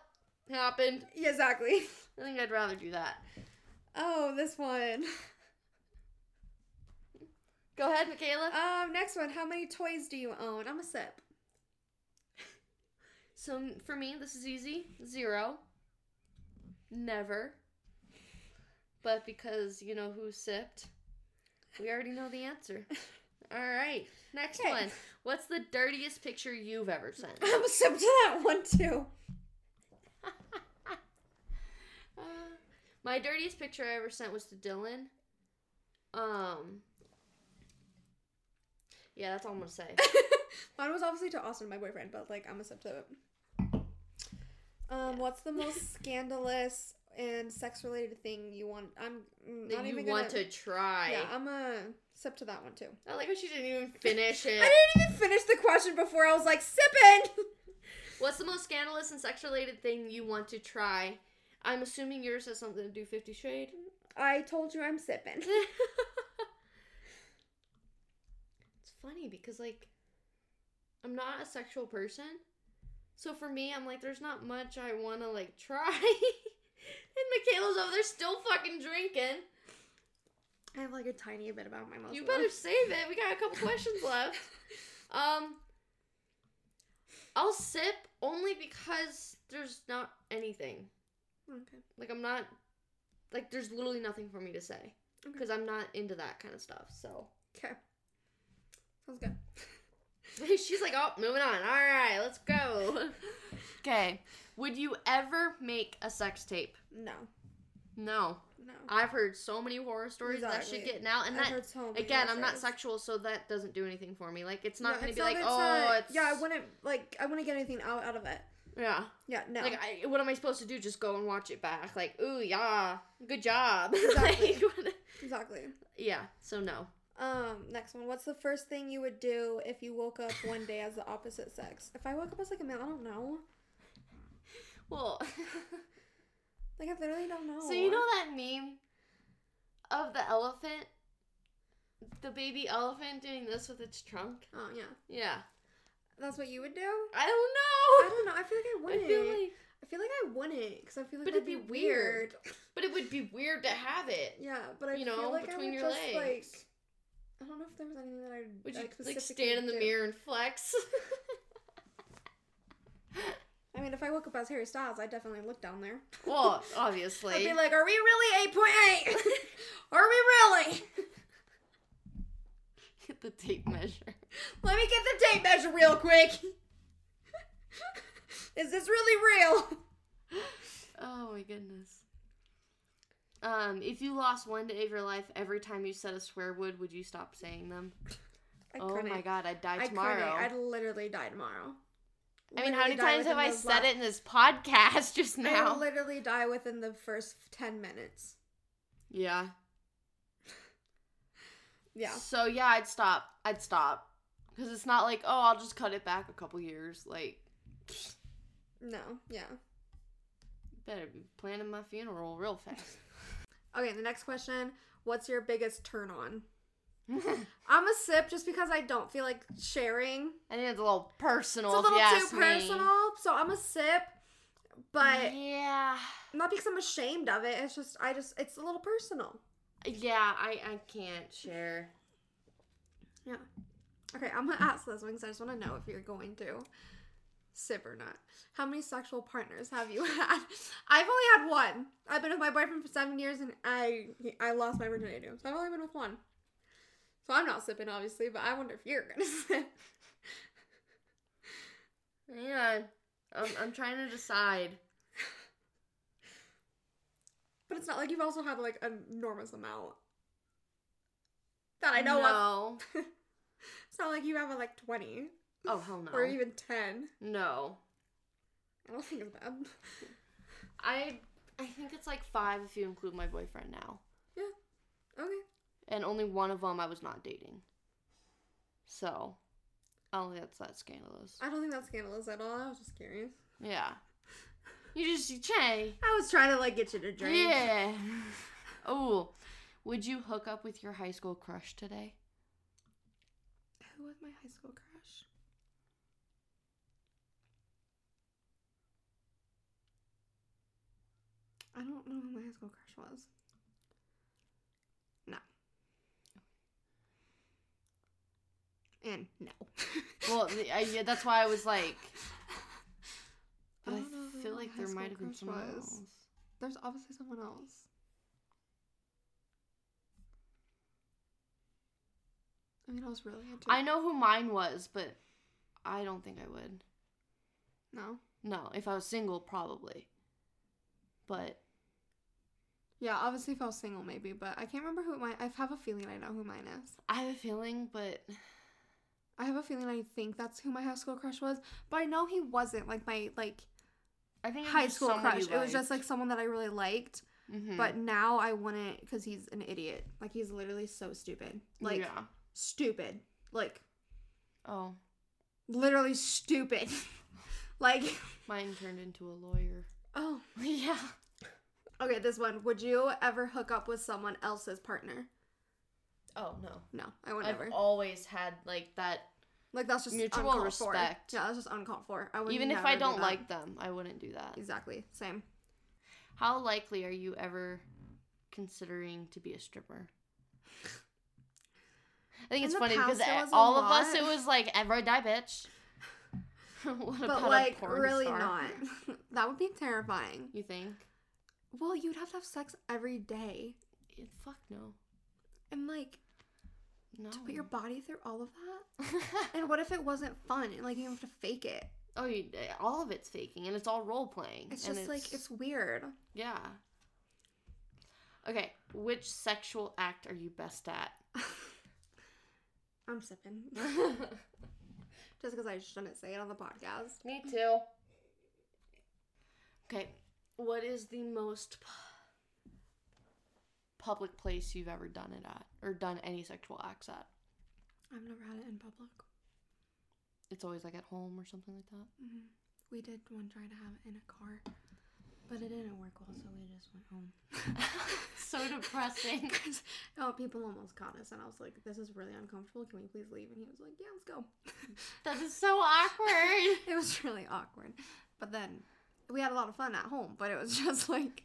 happened."
Yeah, exactly.
I think I'd rather do that.
Oh, this one.
Go ahead, Michaela.
Um, next one. How many toys do you own? I'm a sip.
So m- for me, this is easy. Zero. Never. But because you know who sipped, we already know the answer. All right, next
Okay.
one. What's the dirtiest picture you've ever sent?
I'm a sip to that one too.
Uh, my dirtiest picture I ever sent was to Dylan. Um. Yeah, that's all I'm gonna say.
Mine was obviously to Austin, my boyfriend, but like I'm a sub to it. Um, what's the most scandalous and sex related thing you want, I'm
that
not
you
even gonna.
want to try.
yeah, um, I'm gonna sip to that one too.
I like how she didn't even finish
I
it.
didn't even finish the question before I was like sipping.
What's the most scandalous and sex related thing you want to try? I'm assuming yours has something to do Fifty Shade.
I told you I'm sipping.
it's funny because like I'm not a sexual person. So for me, I'm like, there's not much I wanna like try. and Michaela's over there still fucking drinking.
I have like a tiny bit about my muscle.
You better save it. We got a couple questions left. Um I'll sip only because there's not anything.
Okay.
Like I'm not like there's literally nothing for me to say.
Okay.
Because I'm not into that kind of stuff, so
Okay. Sounds good.
She's like, oh, moving on. All right, let's go. Okay. Would you ever make a sex tape?
No.
No.
No.
I've heard so many horror stories of that shit
Exactly.
getting out, Uh, and
I've
that
heard so many
again, I'm not
horrors.
sexual, so that doesn't do anything for me. Like, it's
No,
not gonna
it's
be
not
like,
that
oh,
not-
it's
yeah. I wouldn't like. I wouldn't get anything out out of it.
yeah.
Yeah. No.
Like, I, what am I supposed to do? Just go and watch it back? Like, ooh, yeah, good job.
Exactly.
Like, what-
exactly.
yeah. So no.
Um. Next one. What's the first thing you would do if you woke up one day as the opposite sex? If I woke up as like a male, I don't know.
Well.
Like I literally don't know.
So you know that meme of the elephant, the baby elephant doing this with its trunk?
Oh yeah.
Yeah.
That's what you would do. I
I
don't
don't know.
know. I feel like I
I,
wouldn't. I
feel like,
feel like I wouldn't because I feel like
But
that'd
it'd be
be weird.
but it would be weird to have it.
Yeah, but I
you
feel
know,
like
between
I would
your
just
legs.
like. I don't know if there was anything that I
Would you
like,
like
specifically
stand in the
do.
mirror and flex?
I mean, if I woke up as Harry Styles, I definitely look down there.
well,
I'd
obviously.
be like, "Are we really eight point eight? Are we really?
Get the tape measure.
Let me get the tape measure real quick. Is this really real?"
Oh my goodness. Um, if you lost one day of your life every time you said a swear word, would you stop saying them?
I
oh my god, I'd die
I
tomorrow.
couldn't. I'd literally die tomorrow.
I mean, how
Literally
many
die
times have I
within those
said
la-
it in this podcast just
I
now?
would literally die within the first ten minutes.
yeah.
Yeah.
So yeah, I'd stop. I'd stop because it's not like oh, I'll just cut it back a couple years. Like
No. Yeah.
better be planning my funeral real fast.
Okay, the next question. What's your biggest turn on? I'm a sip just because I don't feel like sharing.
I think it's a little personal.
It's a little
Oh, if you
too
ask me.
personal, so I'm a sip. But
yeah,
not because I'm ashamed of it. It's just I just it's a little personal.
yeah, I I can't share.
Yeah. Okay, I'm gonna ask this one because I just want to know if you're going to sip or not. How many sexual partners have you had? I've only had one. I've been with my boyfriend for seven years, and I I lost my virginity to him, so I've only been with one. So I'm not sipping, obviously, but I wonder if you're gonna sip.
Yeah, I'm I'm trying to decide.
But it's not like you've also had like an enormous amount that I know of.
No.
It's not like you have like 20
Oh hell no.
or even 10.
no.
I don't think it's bad.
I I think it's like five if you include my boyfriend now.
Okay.
and only one of them I was not dating. So, I don't think that's that scandalous.
I don't think that's scandalous at all. I was just curious.
Yeah, you just you try.
I was trying to like get you to drink.
Yeah. Oh, would you hook up with your high school crush today?
Who was my high school crush? I don't know who my high school crush was. No. And no.
Well, th- I, yeah, that's why I was like, but I,
don't know who
feel
my
like
high
there
school
might have been
crush
someone
was.
else.
There's obviously someone else. I mean, I was really into.
I know who mine was, but I don't think I would.
no.
No, if I was single, probably. But
Yeah, obviously, if I was single, maybe, but I can't remember who mine. I have a feeling I know who mine is.
I have a feeling, but
I have a feeling I think that's who my high school crush was, but I know he wasn't like my like
I think
high school crush. It was just like Mm-hmm. someone that I really liked,
Hmm.
but now I wouldn't because he's an idiot. Like he's literally so stupid. Like
yeah.
stupid. Like
Oh,
literally stupid. like
mine turned into a lawyer.
oh
yeah.
okay, this one. Would you ever hook up with someone else's partner?
Oh no.
No, I would
I've
never.
always had like that.
Like that's just
Mutual
uncalled
respect.
For. Yeah, that's just uncalled for. I would
Even if
never
I
do
don't
that.
like them, I wouldn't do that.
exactly same.
How likely are you ever considering to be a stripper? I think
In
it's
the
funny because
past, it
a-
was a
all of us,
lot.
it was like ever die bitch. what
But
about
like
a porn
really
star?
not. that would be terrifying.
You think?
Well, you'd have to have sex every day.
Eh, Fuck no.
And like
No.
to put your body through all of that? And what if it wasn't fun and like you have to fake it?
oh, you, eh, all of it's faking, and it's all role playing.
It's
and
just like it's weird.
yeah. Okay, which sexual act are you best at?
I'm sipping. just because I shouldn't say it on the podcast.
Me too. Okay, what is the most pu- public place you've ever done it at, or done any sexual acts at?
I've never had it in public.
It's always like at home or something like that.
Mhm. We did one try to have it in a car, but it didn't work well, so we just went home.
So depressing.
'Cause- oh, people almost caught us, and I was like, "This is really uncomfortable. Can we please leave?" And he was like, "Yeah, let's go."
that is so awkward.
it was really awkward, but then we had a lot of fun at home. But it was just like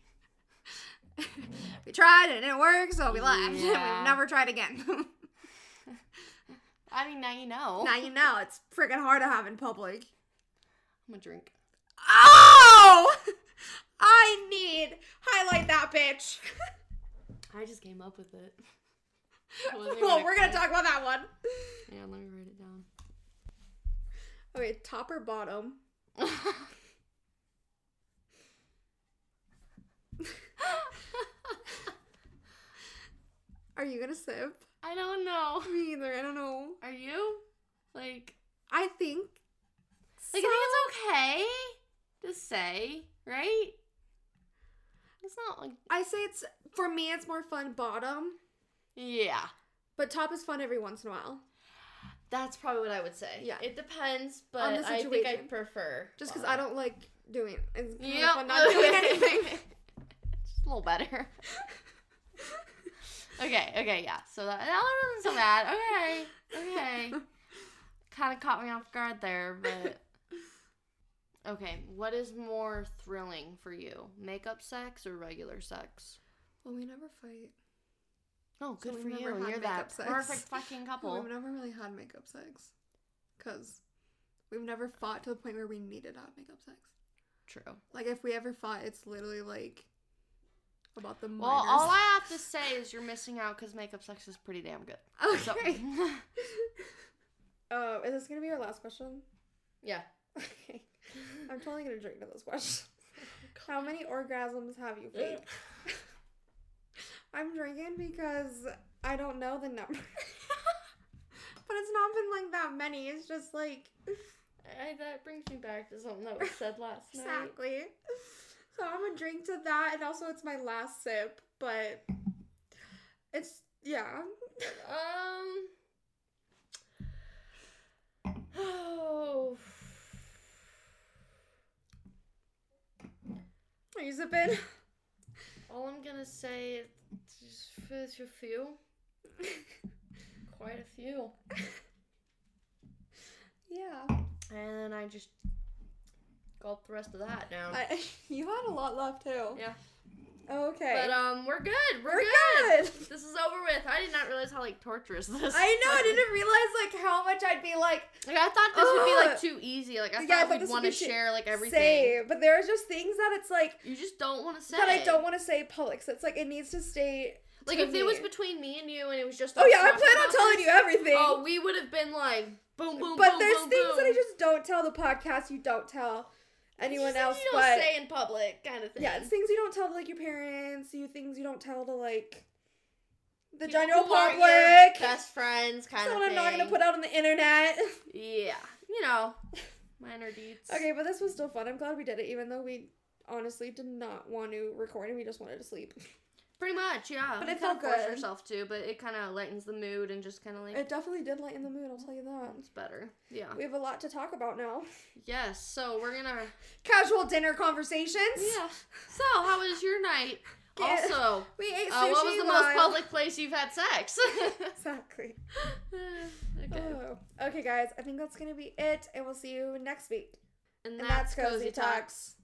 we tried and it didn't work, so we left. And
Yeah.
we've never tried again.
I mean, now you know.
now you know it's freaking hard to have in public.
I'm a drink.
Oh, I need highlight that bitch.
I just came up with it.
well, we're gonna talk about that one.
Yeah, let me write it down.
Okay, top or bottom? Are you gonna sip?
I don't know.
Me either. I don't know.
Are you? Like,
I think.
like I think it's okay to say, right? It's not like
I say it's for me. It's more fun bottom,
yeah.
but top is fun every once in a while.
That's probably what I would say.
Yeah.
it depends, but
On the
I think I
situation.
prefer
Just because I don't like doing it's kinda
Yeah,
fun not doing anything.
Just a little better. okay, okay, yeah. So that, that one wasn't so bad. Okay, okay. kind of caught me off guard there, but. Okay, what is more thrilling for you? Makeup sex or regular sex?
Well, we never fight.
Oh, good
we've
for
never
you.
had
You're
makeup
that
sex.
perfect fucking couple.
We've never really had makeup sex, cause we've never fought to the point where we needed to have makeup sex.
True.
Like if we ever fought, it's literally like about the minors.
Well, all I have to say is you're missing out because makeup sex is pretty damn good. So,
okay. Uh, is this gonna be our last question?
yeah.
Okay. I'm totally gonna drink to this question. How many orgasms have you faked? I'm drinking because I don't know the number. but it's not been like that many. It's just like
I, that brings me back to something that was said last night.
exactly. So I'm gonna drink to that and also it's my last sip, but it's yeah.
Um. Oh.
Are you sipping?
All I'm gonna say is there's a few. Quite a few.
yeah.
And then I just gulp the rest of that down.
I, you had a lot left too.
Yeah.
Okay.
But um, we're good. We're,
We're
good.
good.
This is over with. I did not realize how like torturous this.
I know. I
was.
didn't realize like how much I'd be like
Like I thought this would be like
Ugh.
too easy. Like I
Yeah, I
thought
thought
we'd
this would
want to
be too-
share like everything.
say, but there's just things that it's like
You just don't want to say.
that I don't want to say public. So it's like it needs to stay.
Like
to
if it was
me.
between me and you, and it was just.
Oh
us
yeah, I
talking
plan on
about
telling
this,
you everything.
Oh, we would have been like boom, boom,
but
boom,
there's
boom,
things
boom.
that I just don't tell the podcast. You don't tell anyone
Just things
else.
You don't
but
say in public, kind of thing.
yeah, it's things you don't tell to, like your parents. You things you don't tell to like the
People
general
who aren't
public.
your Best friends, kind
Someone I'm
of
not
thing.
gonna put out on the internet.
Yeah, you know, Minor deeds.
Okay, but this was still fun. I'm glad we did it, even though we honestly did not want to record and we just wanted to sleep.
Pretty much, yeah.
But
You
it
kinda
felt
force
good.
yourself to, but it kind of lightens the mood and just kind of like
It definitely did lighten the mood, I'll tell you that.
it's better. Yeah.
We have a lot to talk about now.
Yes. So we're gonna.
Casual dinner conversations.
Yeah. So how was your night?
Yeah.
Also,
We ate sushi.
uh, what was the most
while-
public place you've had sex?
Exactly.
okay.
Oh. Okay, guys, I think that's gonna be it, and we'll see you next week.
And,
And that's, Cozy,
Cozy
Talks.
Talks.